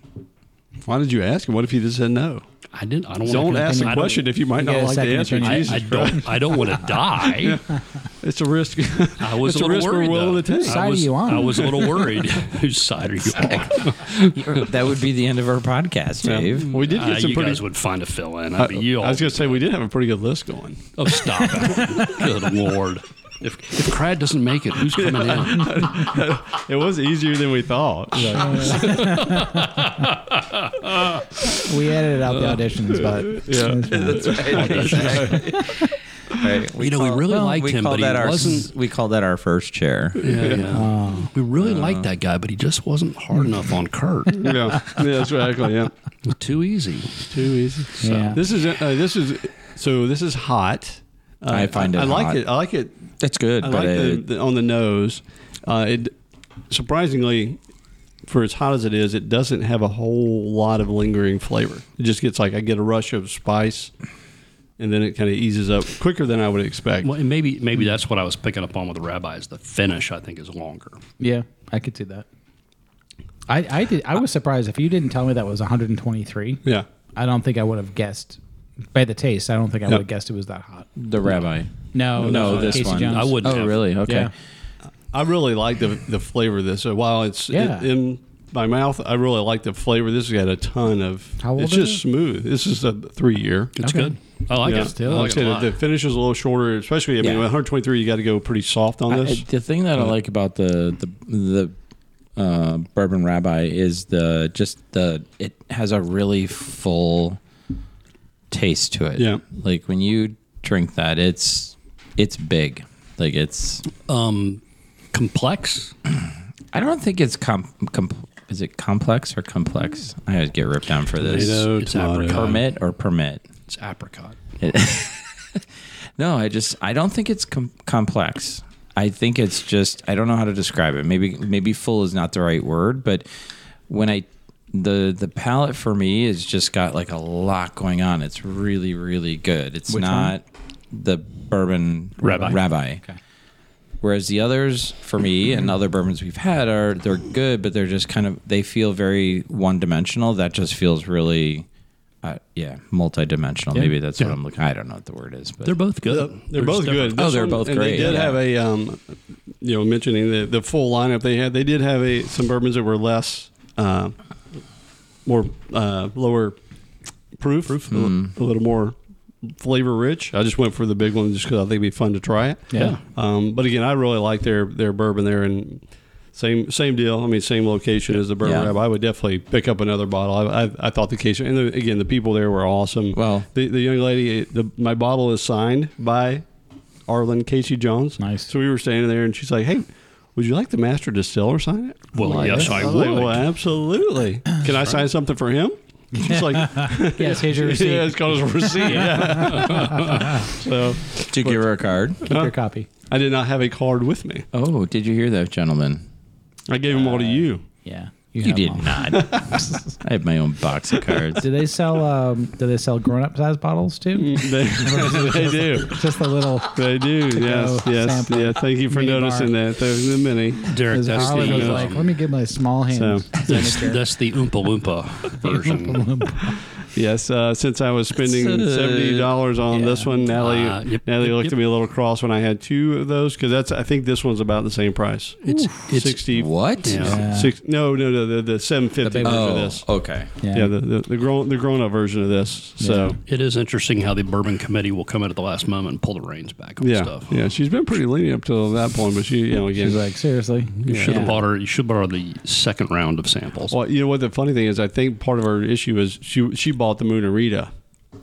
S5: Why did you ask him? What if he just said no?
S3: I didn't. I don't.
S5: Don't
S3: wanna,
S5: ask
S3: I
S5: a
S3: don't-
S5: question if you might
S2: You get
S5: not
S2: a
S5: like the
S2: second
S5: answer.
S2: opinion.
S5: Jesus
S3: I, I don't. I don't want to die.
S5: It's a risk.
S3: I was
S5: It's
S3: a little
S5: risk
S3: worried.
S5: we're willing
S3: though.
S5: to take.
S2: Whose side
S3: I
S2: are
S3: was,
S2: you on?
S3: I was a little worried. Whose side are you on?
S1: that would be the end of our podcast, Dave.
S5: We did
S3: Uh,
S5: get some
S3: you
S5: pretty.
S3: guys would find a fill in. I'd be you all.
S5: I was going to say we did have a pretty good list going.
S3: Oh, stop it. Good Lord. If, if Crad doesn't make it, who's coming in?
S5: It was easier than we thought.
S2: we edited out the auditions, but
S1: That's right. Exactly. Right,
S3: You know, we really
S1: well,
S3: liked
S1: we
S3: him,
S1: call
S3: but he
S1: that our,
S3: wasn't.
S1: We call that our first chair.
S3: Yeah, yeah. we really liked that guy, but he just wasn't hard enough on Kurt.
S5: yeah, yeah, that's exactly. Yeah,
S3: Too easy.
S5: too easy.
S2: Yeah.
S5: This is uh, this is so this is hot. Uh,
S1: I find it
S5: I, like
S1: hot.
S5: it. I like it.
S1: That's good,
S5: I
S1: but
S5: like
S1: it,
S5: the, the on the nose. Uh, it surprisingly, for as hot as it is, it doesn't have a whole lot of lingering flavor. It just gets like I get a rush of spice, and then it kind of eases up quicker than I would expect.
S3: Well, and maybe maybe that's what I was picking up on with the rabbi is the finish. I think is longer.
S2: yeah, I could see that. I I did. I was surprised if you didn't tell me that was 123.
S5: Yeah,
S2: I don't think I would have guessed. By the taste, I don't think I would have guessed it was that hot.
S1: the rabbi.
S2: Oh, No,
S1: No,
S2: that's
S1: this
S2: Casey
S1: one.
S2: Jones.
S3: I wouldn't.
S1: Oh,
S3: have.
S1: really? Okay.
S2: Yeah.
S5: I really like the the flavor of this. So while it's
S2: Yeah.
S5: in, in my mouth, I really like the flavor. This has got a ton of.
S2: How old
S5: it's
S2: is
S5: just
S2: it?
S5: smooth. This is a three year.
S3: It's
S2: Okay.
S3: good. I like it.
S5: like
S3: I
S5: I
S3: like it
S5: said,
S3: a lot.
S5: the finish is a little shorter, especially. I mean,
S1: Yeah.
S5: 123, you got to go pretty soft on
S1: I-
S5: this.
S1: the thing that I like about the the the uh, bourbon rabbi is the just the it has a really full taste to it.
S5: Yeah.
S1: like when you drink that, it's it's big. Like it's
S3: um, complex.
S1: I don't think it's com, com is it complex or complex? I had to get ripped down for this.
S5: Tomato,
S3: it's
S5: tomato.
S3: apricot.
S1: Permit or permit?
S3: It's apricot.
S1: No, I just I don't think it's com- complex. I think it's just I don't know how to describe it. Maybe maybe full is not the right word, but when I the the palette for me has just got like a lot going on. It's really really good. It's not the bourbon
S3: Rabbi.
S1: Rabbi.
S2: Okay.
S1: Whereas the others for me and other bourbons we've had are they're good, but they're just kind of they feel very one dimensional. That just feels really. Uh, yeah, multi-dimensional. Maybe that's what I'm looking. I don't know what the word is, but
S3: They're both good.
S5: They're, they're both
S3: just
S5: good.
S3: different.
S1: Oh,
S5: This
S1: they're
S5: one-
S1: both
S5: and They
S1: great,
S5: did
S1: yeah.
S5: have a, um, you know, mentioning the, the full lineup they had. They did have a some bourbons that were less, uh, more uh, lower proof, a, li-
S1: Hmm.
S5: a little more flavor rich. I just went for the big one just because I think it'd be fun to try it.
S2: Yeah.
S5: Um, but again, I really like their their bourbon there, and same same deal. I mean, same location as the bourbon
S1: Yeah.
S5: Rab. I would definitely pick up another bottle. I, I, I thought the case, and the, again, the people there were awesome.
S1: Well-
S5: the, the young lady, the, my bottle is signed by Arlen Casey Jones.
S2: Nice.
S5: So we were standing there, and she's like, "Hey." Would you like the master distiller sign it?
S3: Well,
S5: I'm like,
S3: yes, I
S5: was like,
S3: would.
S5: well, absolutely. Can I sign something for him? She's like,
S2: Yes, here's your receipt.
S5: yeah, it's called a receipt. yeah. so
S1: Did you give her a card?
S2: Keep your copy.
S5: I did not have a card with me.
S1: Oh, did you hear that, gentlemen?
S5: I gave them all to you.
S2: Yeah,
S1: You
S2: have
S1: did
S2: mine.
S1: not. I have my own box of cards.
S2: Do they sell? Um, do they sell grown-up size bottles too?
S5: They, they do.
S2: Just the little.
S5: They do. Yes.
S2: go
S5: Yes.
S2: sample.
S5: Yeah. Thank you for
S2: Mini bar.
S5: noticing that. There's the mini.
S3: Derek,
S2: Because
S3: that's
S2: Harlan was
S3: the,
S2: like,
S3: um,
S2: "Let me get my small hands."
S3: that's, that's the Oompa Loompa version.
S5: Yes, uh, since I was spending
S1: That's, uh,
S5: seventy dollars on
S1: yeah.
S5: this one, Natalie,
S3: Uh, yep,
S5: Natalie
S3: yep,
S5: looked
S3: yep.
S5: at me a little cross when I had two of those because that's I think this one's about the same price.
S3: It's it's
S5: sixty.
S1: What?
S3: Yeah.
S2: Yeah.
S5: Six, no, no, no, the, the seven fifty
S2: The big
S5: version
S1: Oh,
S5: of this.
S1: okay.
S5: Yeah, the, the the grown the grown up version of this. So
S3: it is interesting how the bourbon committee will come in at the last moment and pull the reins back on
S5: yeah,
S3: stuff.
S5: yeah, she's been pretty lenient up till that point, but she, you know, again,
S2: She's like, seriously.
S3: You should have
S5: Yeah.
S3: bought her. You should borrow the second round of samples.
S5: Well, you know what the funny thing is, I think part of her issue is she she bought the Moonarita.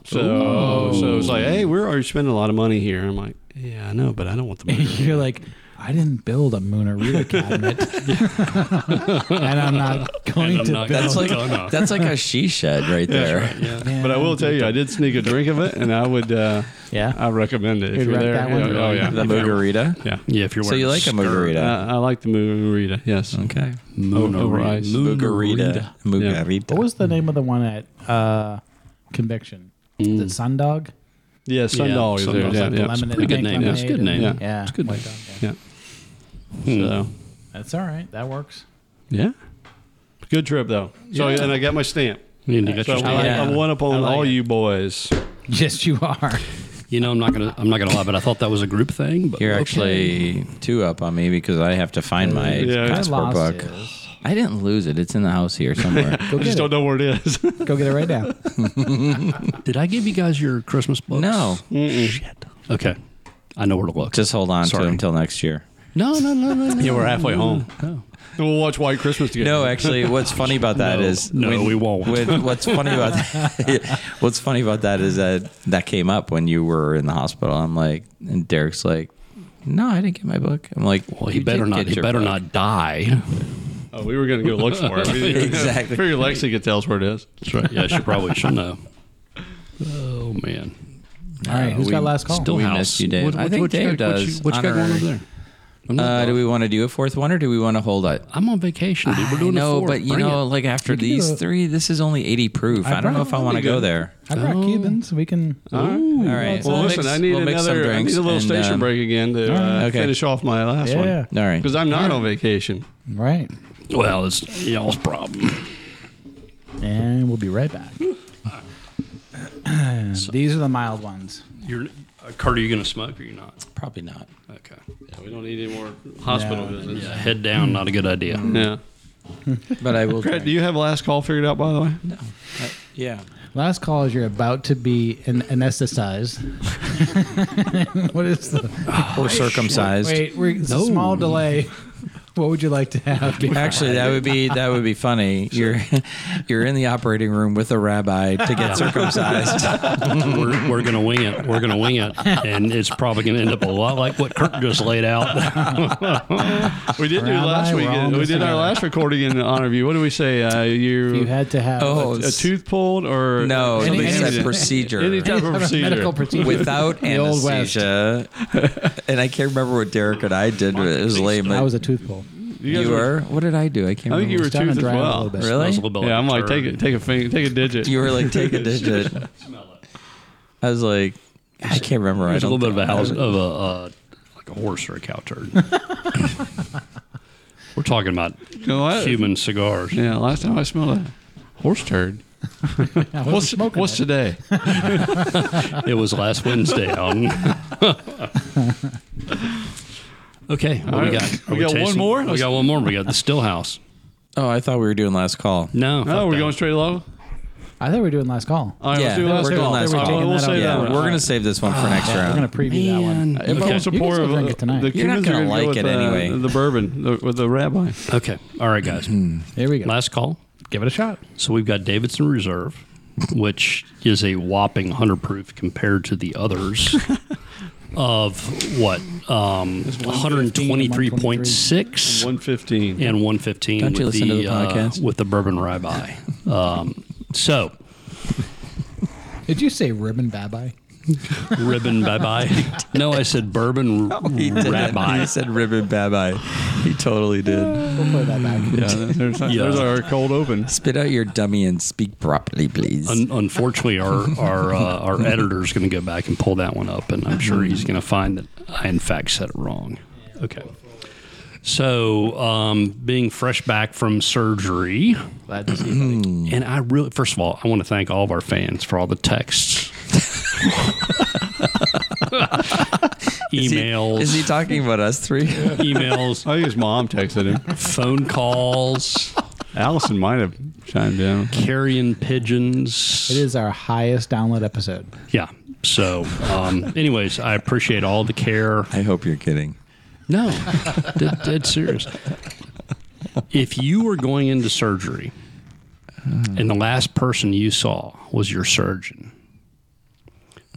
S5: So
S3: Oh.
S5: so it's like, hey, we're already spending a lot of money here. I'm like, yeah, I know, but I don't want the Moonarita.
S2: You're like, I didn't build a Moonarita cabinet, and I'm not going
S3: I'm
S2: to
S3: not
S2: build.
S1: That's like
S3: Gonna.
S1: that's like a she shed right there.
S5: but I will tell you, I did sneak a drink of it, and I would uh,
S2: Yeah.
S5: I recommend it if
S2: You'd
S5: you're
S2: rep
S5: there.
S2: that one?
S5: Yeah, oh yeah,
S1: The margarita.
S5: yeah.
S3: Yeah, if you're
S1: So you like a margarita?
S5: Uh, I like the Moonarita. Yes.
S1: okay.
S5: over ice.
S1: Margarita. Margarita.
S2: What was the name of the one at uh, Convection? Is it Sundog?
S5: Yeah, Sundog is there.
S3: Sundog.
S5: Yeah,
S2: Like the
S5: yeah.
S2: lemonade-
S3: Pretty good
S2: make
S3: name. That's
S2: lemonade
S3: a good
S2: and-
S3: name.
S5: Yeah.
S2: Yeah.
S3: It's a good
S2: White
S3: name.
S2: Dog, yeah.
S5: Yeah.
S3: Hmm.
S1: Mm.
S5: So
S2: That's all right. That works.
S5: yeah, good trip though. So
S2: Yeah.
S5: and I got my stamp.
S3: You, need to get
S5: So
S3: your
S5: I,
S3: stamp.
S5: am one up on
S2: I like
S5: all
S2: it.
S5: you boys.
S2: Yes, you are.
S3: you know, I'm not gonna. I'm not gonna lie, but I thought that was a group thing. But
S1: You're
S3: okay.
S1: actually two up on me because I have to find my
S5: Yeah.
S1: passport
S2: I lost
S1: book.
S2: his.
S1: I didn't lose it. It's in the house here somewhere.
S2: Go
S5: I just
S2: get,
S5: don't
S2: it.
S5: know where it is.
S2: Go get it right now.
S3: Did I give you guys your Christmas books?
S1: no,
S3: Shit. Okay. I know where to look.
S1: just hold on to
S3: Sorry.
S1: them till next year.
S3: no, no, no, no, no.
S5: Yeah, we're halfway home.
S3: no.
S5: We'll watch White Christmas together.
S1: No, actually, what's funny about that
S3: No.
S1: is
S3: No, we won't.
S1: when- what's funny about that, what's funny about that is that that came up when you were in the hospital. I'm like, and Derek's like, no, I didn't get my book. I'm like,
S3: Well, he
S1: "You
S3: better
S1: did
S3: not.
S1: get
S3: He
S1: your
S3: better
S1: book."
S3: not die.
S5: oh, we were going to go look for it.
S1: Exactly.
S5: Figure Lexi could tell us where it is.
S3: That's right. Yeah, she probably should know. Oh man.
S2: All right. Who's
S1: we
S2: got last call?
S3: Still
S1: We
S3: house.
S1: missed you, Dave. I think
S3: you
S1: Dave
S3: got-
S1: does.
S3: What you, what you got going
S1: Honorary.
S3: over there? I'm, not
S1: Uh, do
S3: going.
S1: we want to do a fourth one or do we want to hold it?
S3: I'm on vacation, dude. We're doing a
S1: no,
S3: four.
S1: but you
S3: Bring
S1: know,
S3: it.
S1: like after
S2: can
S1: these
S2: do a-
S1: three, this is only 80 proof.
S2: I
S1: I don't know
S2: brought-
S1: if I want to go there.
S2: I brought
S3: Oh.
S2: Cubans. We can.
S5: All
S1: All right.
S5: Well,
S1: we'll
S5: listen,
S1: mix-
S5: I need
S1: we'll mix some
S5: another. I need
S1: drinks
S5: a little
S1: and,
S5: station
S1: um,
S5: break again to uh,
S1: Okay.
S5: finish off my last one.
S2: Yeah.
S1: All right.
S5: Because I'm not on vacation.
S2: Right.
S3: well, it's y'all's problem.
S2: And we'll be right back. These are the mild ones.
S3: You're, uh, Carter, you gonna smoke or you not?
S1: Probably not.
S3: Okay.
S5: Yeah, we don't need any more hospital
S2: No.
S5: visits.
S3: Yeah, head down. Not a good idea.
S5: Yeah.
S1: But I will. Uh,
S5: Brett, do you have last call figured out, by the way?
S1: Yeah.
S2: Last call is you're about to be an- anesthetized. what is the
S3: Oh,
S1: Or circumcised.
S2: wait? We're, it's a
S3: No.
S2: small delay. What would you like to have?
S1: Actually, that would be that would be funny. You're you're in the operating room with a rabbi to get circumcised.
S3: we're, we're gonna wing it. We're gonna wing it, and it's probably gonna end up a lot like what Kirk just laid out.
S5: We did do
S2: Rabbi,
S5: last
S2: we're
S5: week.
S2: all
S5: We did
S2: missing
S5: our
S2: out.
S5: last recording in honor of you. What do we say? Uh, you,
S2: you had to have.
S1: Oh,
S5: a tooth pulled or
S1: No,
S5: or something
S1: it's
S5: you
S1: a
S5: did?
S1: procedure.
S5: Any type of
S2: Have a
S5: procedure.
S2: medical procedure.
S1: Without
S2: The Old West.
S1: anesthesia, and I can't remember what Derek and I did. but It was lame.
S2: I was
S1: But
S2: a tooth pull.
S5: guys
S1: you were. What did I do? I can't.
S5: I think you
S1: remember.
S5: were
S2: It's down
S5: tooth
S2: and
S5: as
S2: dry a
S5: well.
S2: little bit.
S1: Really?
S3: Smells a little bit
S5: Yeah, I'm like
S3: turd.
S5: take a take a finger, take a digit.
S1: You were like, take a digit. I was like, I can't remember. I
S3: There's a
S1: don't
S3: little bit of a
S1: think-
S3: house of a uh, like a horse or a cow turd. We're talking about
S5: You know what?
S3: human cigars.
S5: Oh. Yeah, last time I smelled a horse turd.
S2: I wasn't
S5: What's
S2: smoking
S5: what's
S2: it.
S5: today?
S3: It was last Wednesday. Alan. okay, what
S5: All
S3: we
S5: right.
S3: got?
S5: We
S3: Are
S5: got one
S3: chasing-
S5: more?
S3: We got one more. We got the Stillhouse.
S1: Oh, I thought we were doing last call.
S3: No,
S5: Oh,
S3: fuck
S5: we're
S3: that.
S5: going straight low.
S2: I thought we were doing last call.
S5: All right,
S1: yeah,
S5: let's do last
S1: we're doing
S5: call.
S1: last
S2: They were
S1: call.
S2: taking
S5: we'll
S2: that
S5: save
S2: out.
S5: that
S1: yeah,
S5: one.
S1: we're gonna save this one for next
S2: Oh, We're gonna
S1: round.
S2: preview that one.
S3: Okay.
S5: If I was a
S2: You can
S5: pour
S2: still
S5: of
S2: drink it
S5: uh,
S2: tonight.
S5: the
S1: You're not
S5: Cubans are
S1: gonna
S5: go
S1: like
S5: with
S1: it
S5: the,
S1: anyway.
S5: The bourbon the, with the rabbi.
S3: Okay, all right, guys.
S2: Here we go.
S3: Last call.
S2: Give it a shot.
S3: So we've got Davidson Reserve, which is a whopping 100 proof compared to the others of what? Um, 123.6
S5: One fifteen.
S3: and 115
S1: Don't
S3: with,
S1: you listen to
S3: the,
S1: the podcast?
S3: Uh, with the bourbon ribeye. Um, so,
S2: Did you say ribbon babai?
S3: ribbon bye bye. No, I said bourbon
S1: He did it. He
S3: rabbi.
S1: said ribbon babai. He totally did.
S2: We'll play that back.
S5: Yeah, there's, there's our cold open.
S1: Spit out your dummy and speak properly, please.
S3: Un- unfortunately, our our uh, our editor is going to go back and pull that one up, and I'm sure he's going to find that I in fact said it wrong. Okay. So, um, being fresh back from surgery,
S6: Glad to see you. buddy.
S3: and I really, first of all, I want to thank all of our fans for all the texts,
S1: Is he-
S3: emails,
S1: Is he talking about us three?
S3: emails,
S5: I think his mom texted him.
S3: phone calls,
S5: Allison might have chimed in.
S3: carrion pigeons.
S2: It is our highest download episode.
S3: Yeah. So, um, anyways, I appreciate all the care.
S1: I hope you're kidding.
S3: No, dead, dead serious. If you were going into surgery and the last person you saw was your surgeon,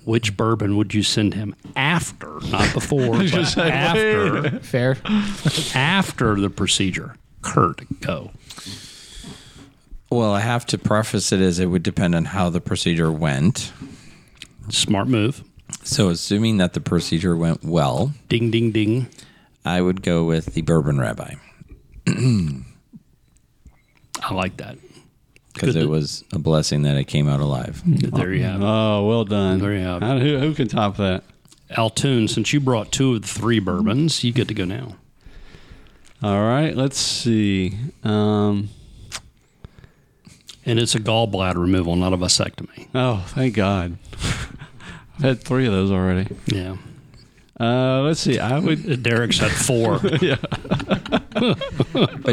S3: which bourbon would you send him after, not before, but after,
S2: Fair.
S3: after the procedure? Kurt, go.
S1: Well, I have to preface it as it would depend on how the procedure went.
S3: Smart move.
S1: So, assuming that the procedure went well,
S3: Ding, ding, ding.
S1: I would go with the bourbon rabbi
S3: I like that.
S1: because
S3: Good.
S1: it was a blessing that I came out alive.
S3: There you have it.
S5: Oh, well done.
S3: There you have it.
S5: How- Who, who can top that?
S3: Altoon, since you brought two of the three bourbons, you get to go now.
S5: All right, let's see. Um,
S3: And it's a gallbladder removal, not a vasectomy.
S5: oh, thank God. I've had three of those already.
S3: Yeah.
S5: Uh, let's see. I would.
S3: Derek's had four.
S1: But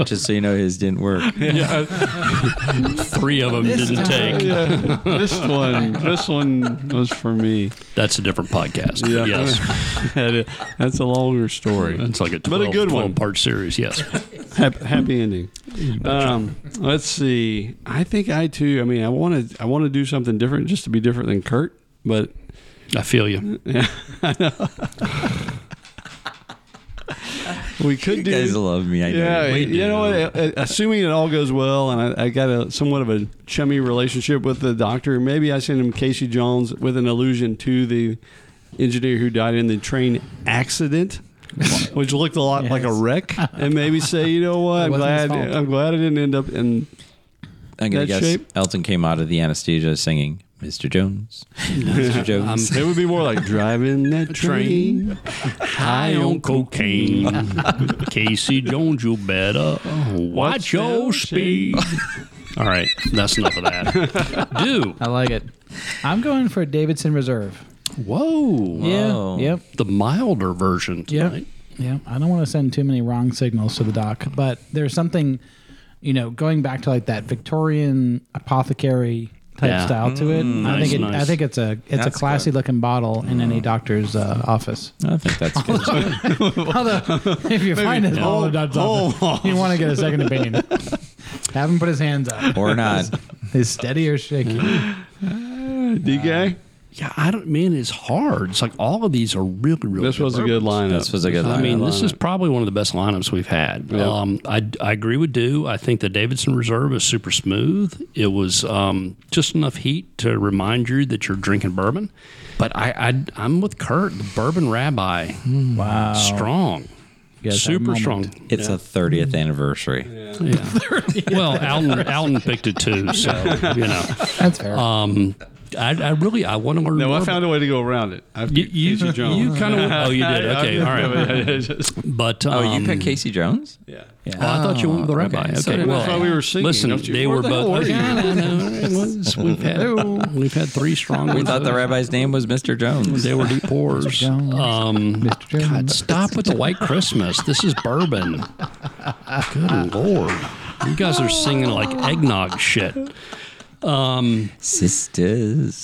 S1: just so you know, his didn't work.
S3: Three of them didn't take.
S5: This one. This one was for me.
S3: That's a different podcast.
S5: Yeah.
S3: Yes.
S5: That's a longer story.
S3: It's like a 12,
S5: But a good one.
S3: part series. Yes.
S5: happy, happy ending. Um, let's see. I think I too. I mean, I want to. I want to do something different, just to be different than Kurt. But
S3: I feel you.
S5: we could
S1: You
S5: do.
S1: guys love me. I know.
S5: yeah,
S1: you.
S5: you know what? uh, uh, Assuming it all goes well, and I, I got a somewhat of a chummy relationship with the doctor, maybe I send him Casey Jones with an allusion to the engineer who died in the train accident. Which looked a lot like a
S2: Yes.
S5: wreck, and maybe say, you know what?
S2: It
S5: I'm
S2: wasn't his
S5: glad.
S2: fault.
S5: I'm glad I didn't end up in
S1: I'm gonna
S5: that
S1: guess
S5: shape?
S1: Elton came out of the anesthesia singing "Mr. Jones, Mr. Jones."
S5: um, It would be more like driving that train.
S3: High on cocaine. Casey Jones, you better watch your speed. All right. That's enough of that. Do.
S2: I like it. I'm going for Davidson Reserve.
S3: Whoa.
S1: Whoa.
S2: Yeah. Yep.
S3: The milder version
S2: Yeah.
S3: tonight.
S2: Yeah. I don't want to send too many wrong signals to the doc, but there's something, you know, going back to like that Victorian apothecary type
S3: Yeah.
S2: style to it. I
S3: nice,
S2: think it, I
S3: nice.
S2: think it's a it's
S1: That's
S2: a classy looking bottle in any doctor's uh, office.
S1: I think that's good.
S2: Although if you find this bottle in the doctor's office, you want to get a second opinion. Have him put his hands up.
S1: or not.
S2: He's steady or shaky.
S5: DK?
S3: Yeah, I don't. Man, it's hard. It's like all of these are really, really.
S5: This was a good lineup.
S1: This was a good
S3: I
S1: line.
S3: mean,
S5: I
S3: this
S5: love
S3: is
S5: it.
S3: probably one of the best lineups we've had.
S5: Yeah.
S3: Um, I, I agree with Do. I think the Davidson Reserve is super smooth. It was um, just enough heat to remind you that you're drinking bourbon. But I, I I'm with Kurt. The Bourbon Rabbi,
S2: Wow.
S3: strong,
S2: guys have a
S3: super
S2: moment.
S3: strong.
S1: it's a 30th anniversary.
S3: Yeah. well, Allen Allen picked it too, so you know.
S2: That's fair.
S3: Um, I, I really I want to learn.
S5: No,
S3: more
S5: I
S3: about-
S5: found a way to go around it. I've
S3: You, you,
S5: Casey Jones.
S3: you kind of oh you did okay all right but um,
S1: Oh, you picked Casey Jones?
S5: yeah.
S3: Oh, I thought you went with the rabbi. Okay,
S1: okay. So did
S3: well,
S1: I.
S5: That's why we were singing,
S3: Listen,
S5: don't you?
S3: they
S5: Where
S3: were
S5: the
S3: both.
S5: hell were you?
S3: Yeah, no, no, no, it was- we've, had, we've had three strong.
S1: We
S3: ones.
S1: thought the rabbi's name was Mr. Jones.
S3: They were deep pours.
S2: Jones.
S3: Um,
S2: Mr. Jones.
S3: God, stop with the white Christmas. This is bourbon. Good lord, you guys are singing like eggnog shit.
S1: Sisters.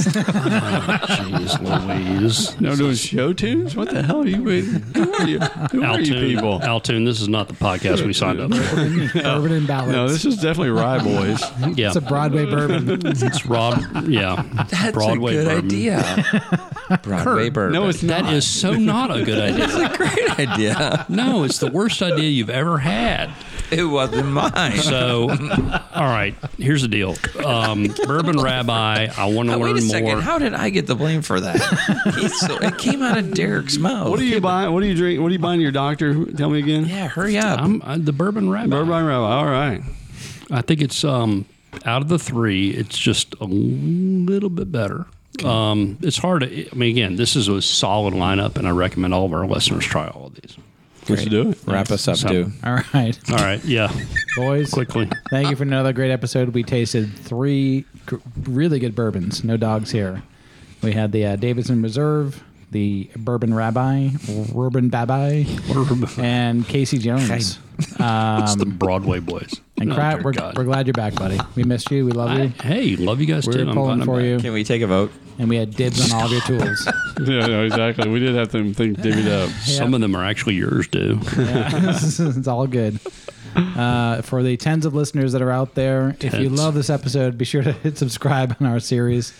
S3: Jeez Louise.
S5: No, doing show tunes? What the hell are you waiting? Who are you, who are you
S3: Altoon,
S5: people?
S3: Altoon, this is not the podcast we signed up for.
S2: Bourbon and ballads.
S5: No, this is definitely Rye Boys.
S3: Yeah,
S2: it's a Broadway bourbon.
S3: it's Rob. Yeah,
S1: That's
S3: Broadway
S1: a good
S3: bourbon.
S1: idea. Broadway bourbon.
S5: No, it's
S3: That is so not a good idea.
S1: a great idea.
S3: No, it's the worst idea you've ever had.
S1: It wasn't mine.
S3: So, all right, here's the deal. Um, Bourbon Rabbi, I want
S2: Oh,
S3: to
S1: Now, wait a
S3: learn
S1: second.
S3: more.
S1: How did I get the blame for that? He's so, it came out of Derek's mouth.
S5: What are you buying? What are you drink? What are you buying your doctor? Who- Tell me again.
S1: Yeah, hurry up.
S3: I'm uh, the Bourbon Rabbi.
S5: Bourbon Rabbi. All right.
S3: I think it's um, out of the three, it's just a little bit better. Um, it's hard to, I mean, again, this is a solid lineup, and I recommend all of our listeners try all of these.
S4: Let's do it.
S1: Wrap us up,
S3: So-
S1: dude.
S2: All right,
S3: All right. Yeah.
S2: boys.
S3: Quickly.
S2: Thank you for another great episode. We tasted three gr- really good bourbons. No dogs here. We had the uh, Davidson Reserve, the Bourbon Rabbi, Bourbon Babi, and Casey Jones. Um,
S3: It's the Broadway boys.
S2: And
S3: Oh,
S2: crap,
S3: dear
S2: we're,
S3: God.
S2: we're glad you're back, buddy. We missed you. We love
S3: I,
S2: you.
S3: hey, love you guys
S2: We
S3: too.
S2: We're
S3: I'm
S2: pulling
S3: glad I'm
S2: for
S3: back.
S2: you,
S1: Can we take a vote?
S2: and we had dibs on all of your tools.
S4: Yeah, no, exactly. We did have to think, dig it up.
S3: Some of them are actually yours, too.
S2: Yeah. it's all good. Uh, for the tens of listeners that are out there, if you
S3: Tens.
S2: love this episode, be sure to hit subscribe on our series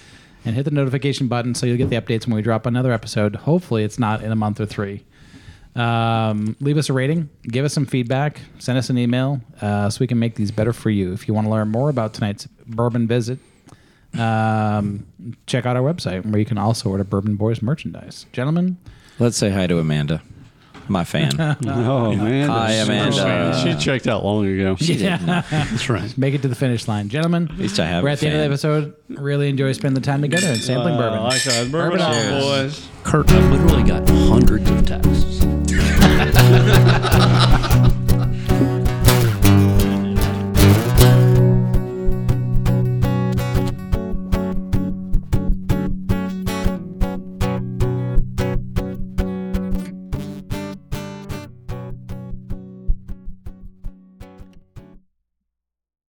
S2: and hit the notification button so you'll get the updates when we drop another episode. Hopefully, it's not in a month or three. Um, leave us a rating, give us some feedback, send us an email uh, so we can make these better for you. If you want to learn more about tonight's bourbon visit, um, check out our website where you can also order Bourbon Boys merchandise. Gentlemen,
S1: Let's say hi to Amanda, my fan.
S4: Oh, man.
S1: Hi, Amanda.
S4: She checked out long ago.
S3: That's right.
S2: Make it to the finish line, gentlemen. At
S1: least I have
S2: We're
S1: a
S2: at the end of
S1: fan.
S2: the episode. Really enjoy spending the time together and sampling
S5: Uh,
S2: bourbon.
S4: I like that. Bourbon,
S2: Bourbon
S4: on,
S2: on.
S4: boys.
S3: Kurt, I've literally got hundreds of texts.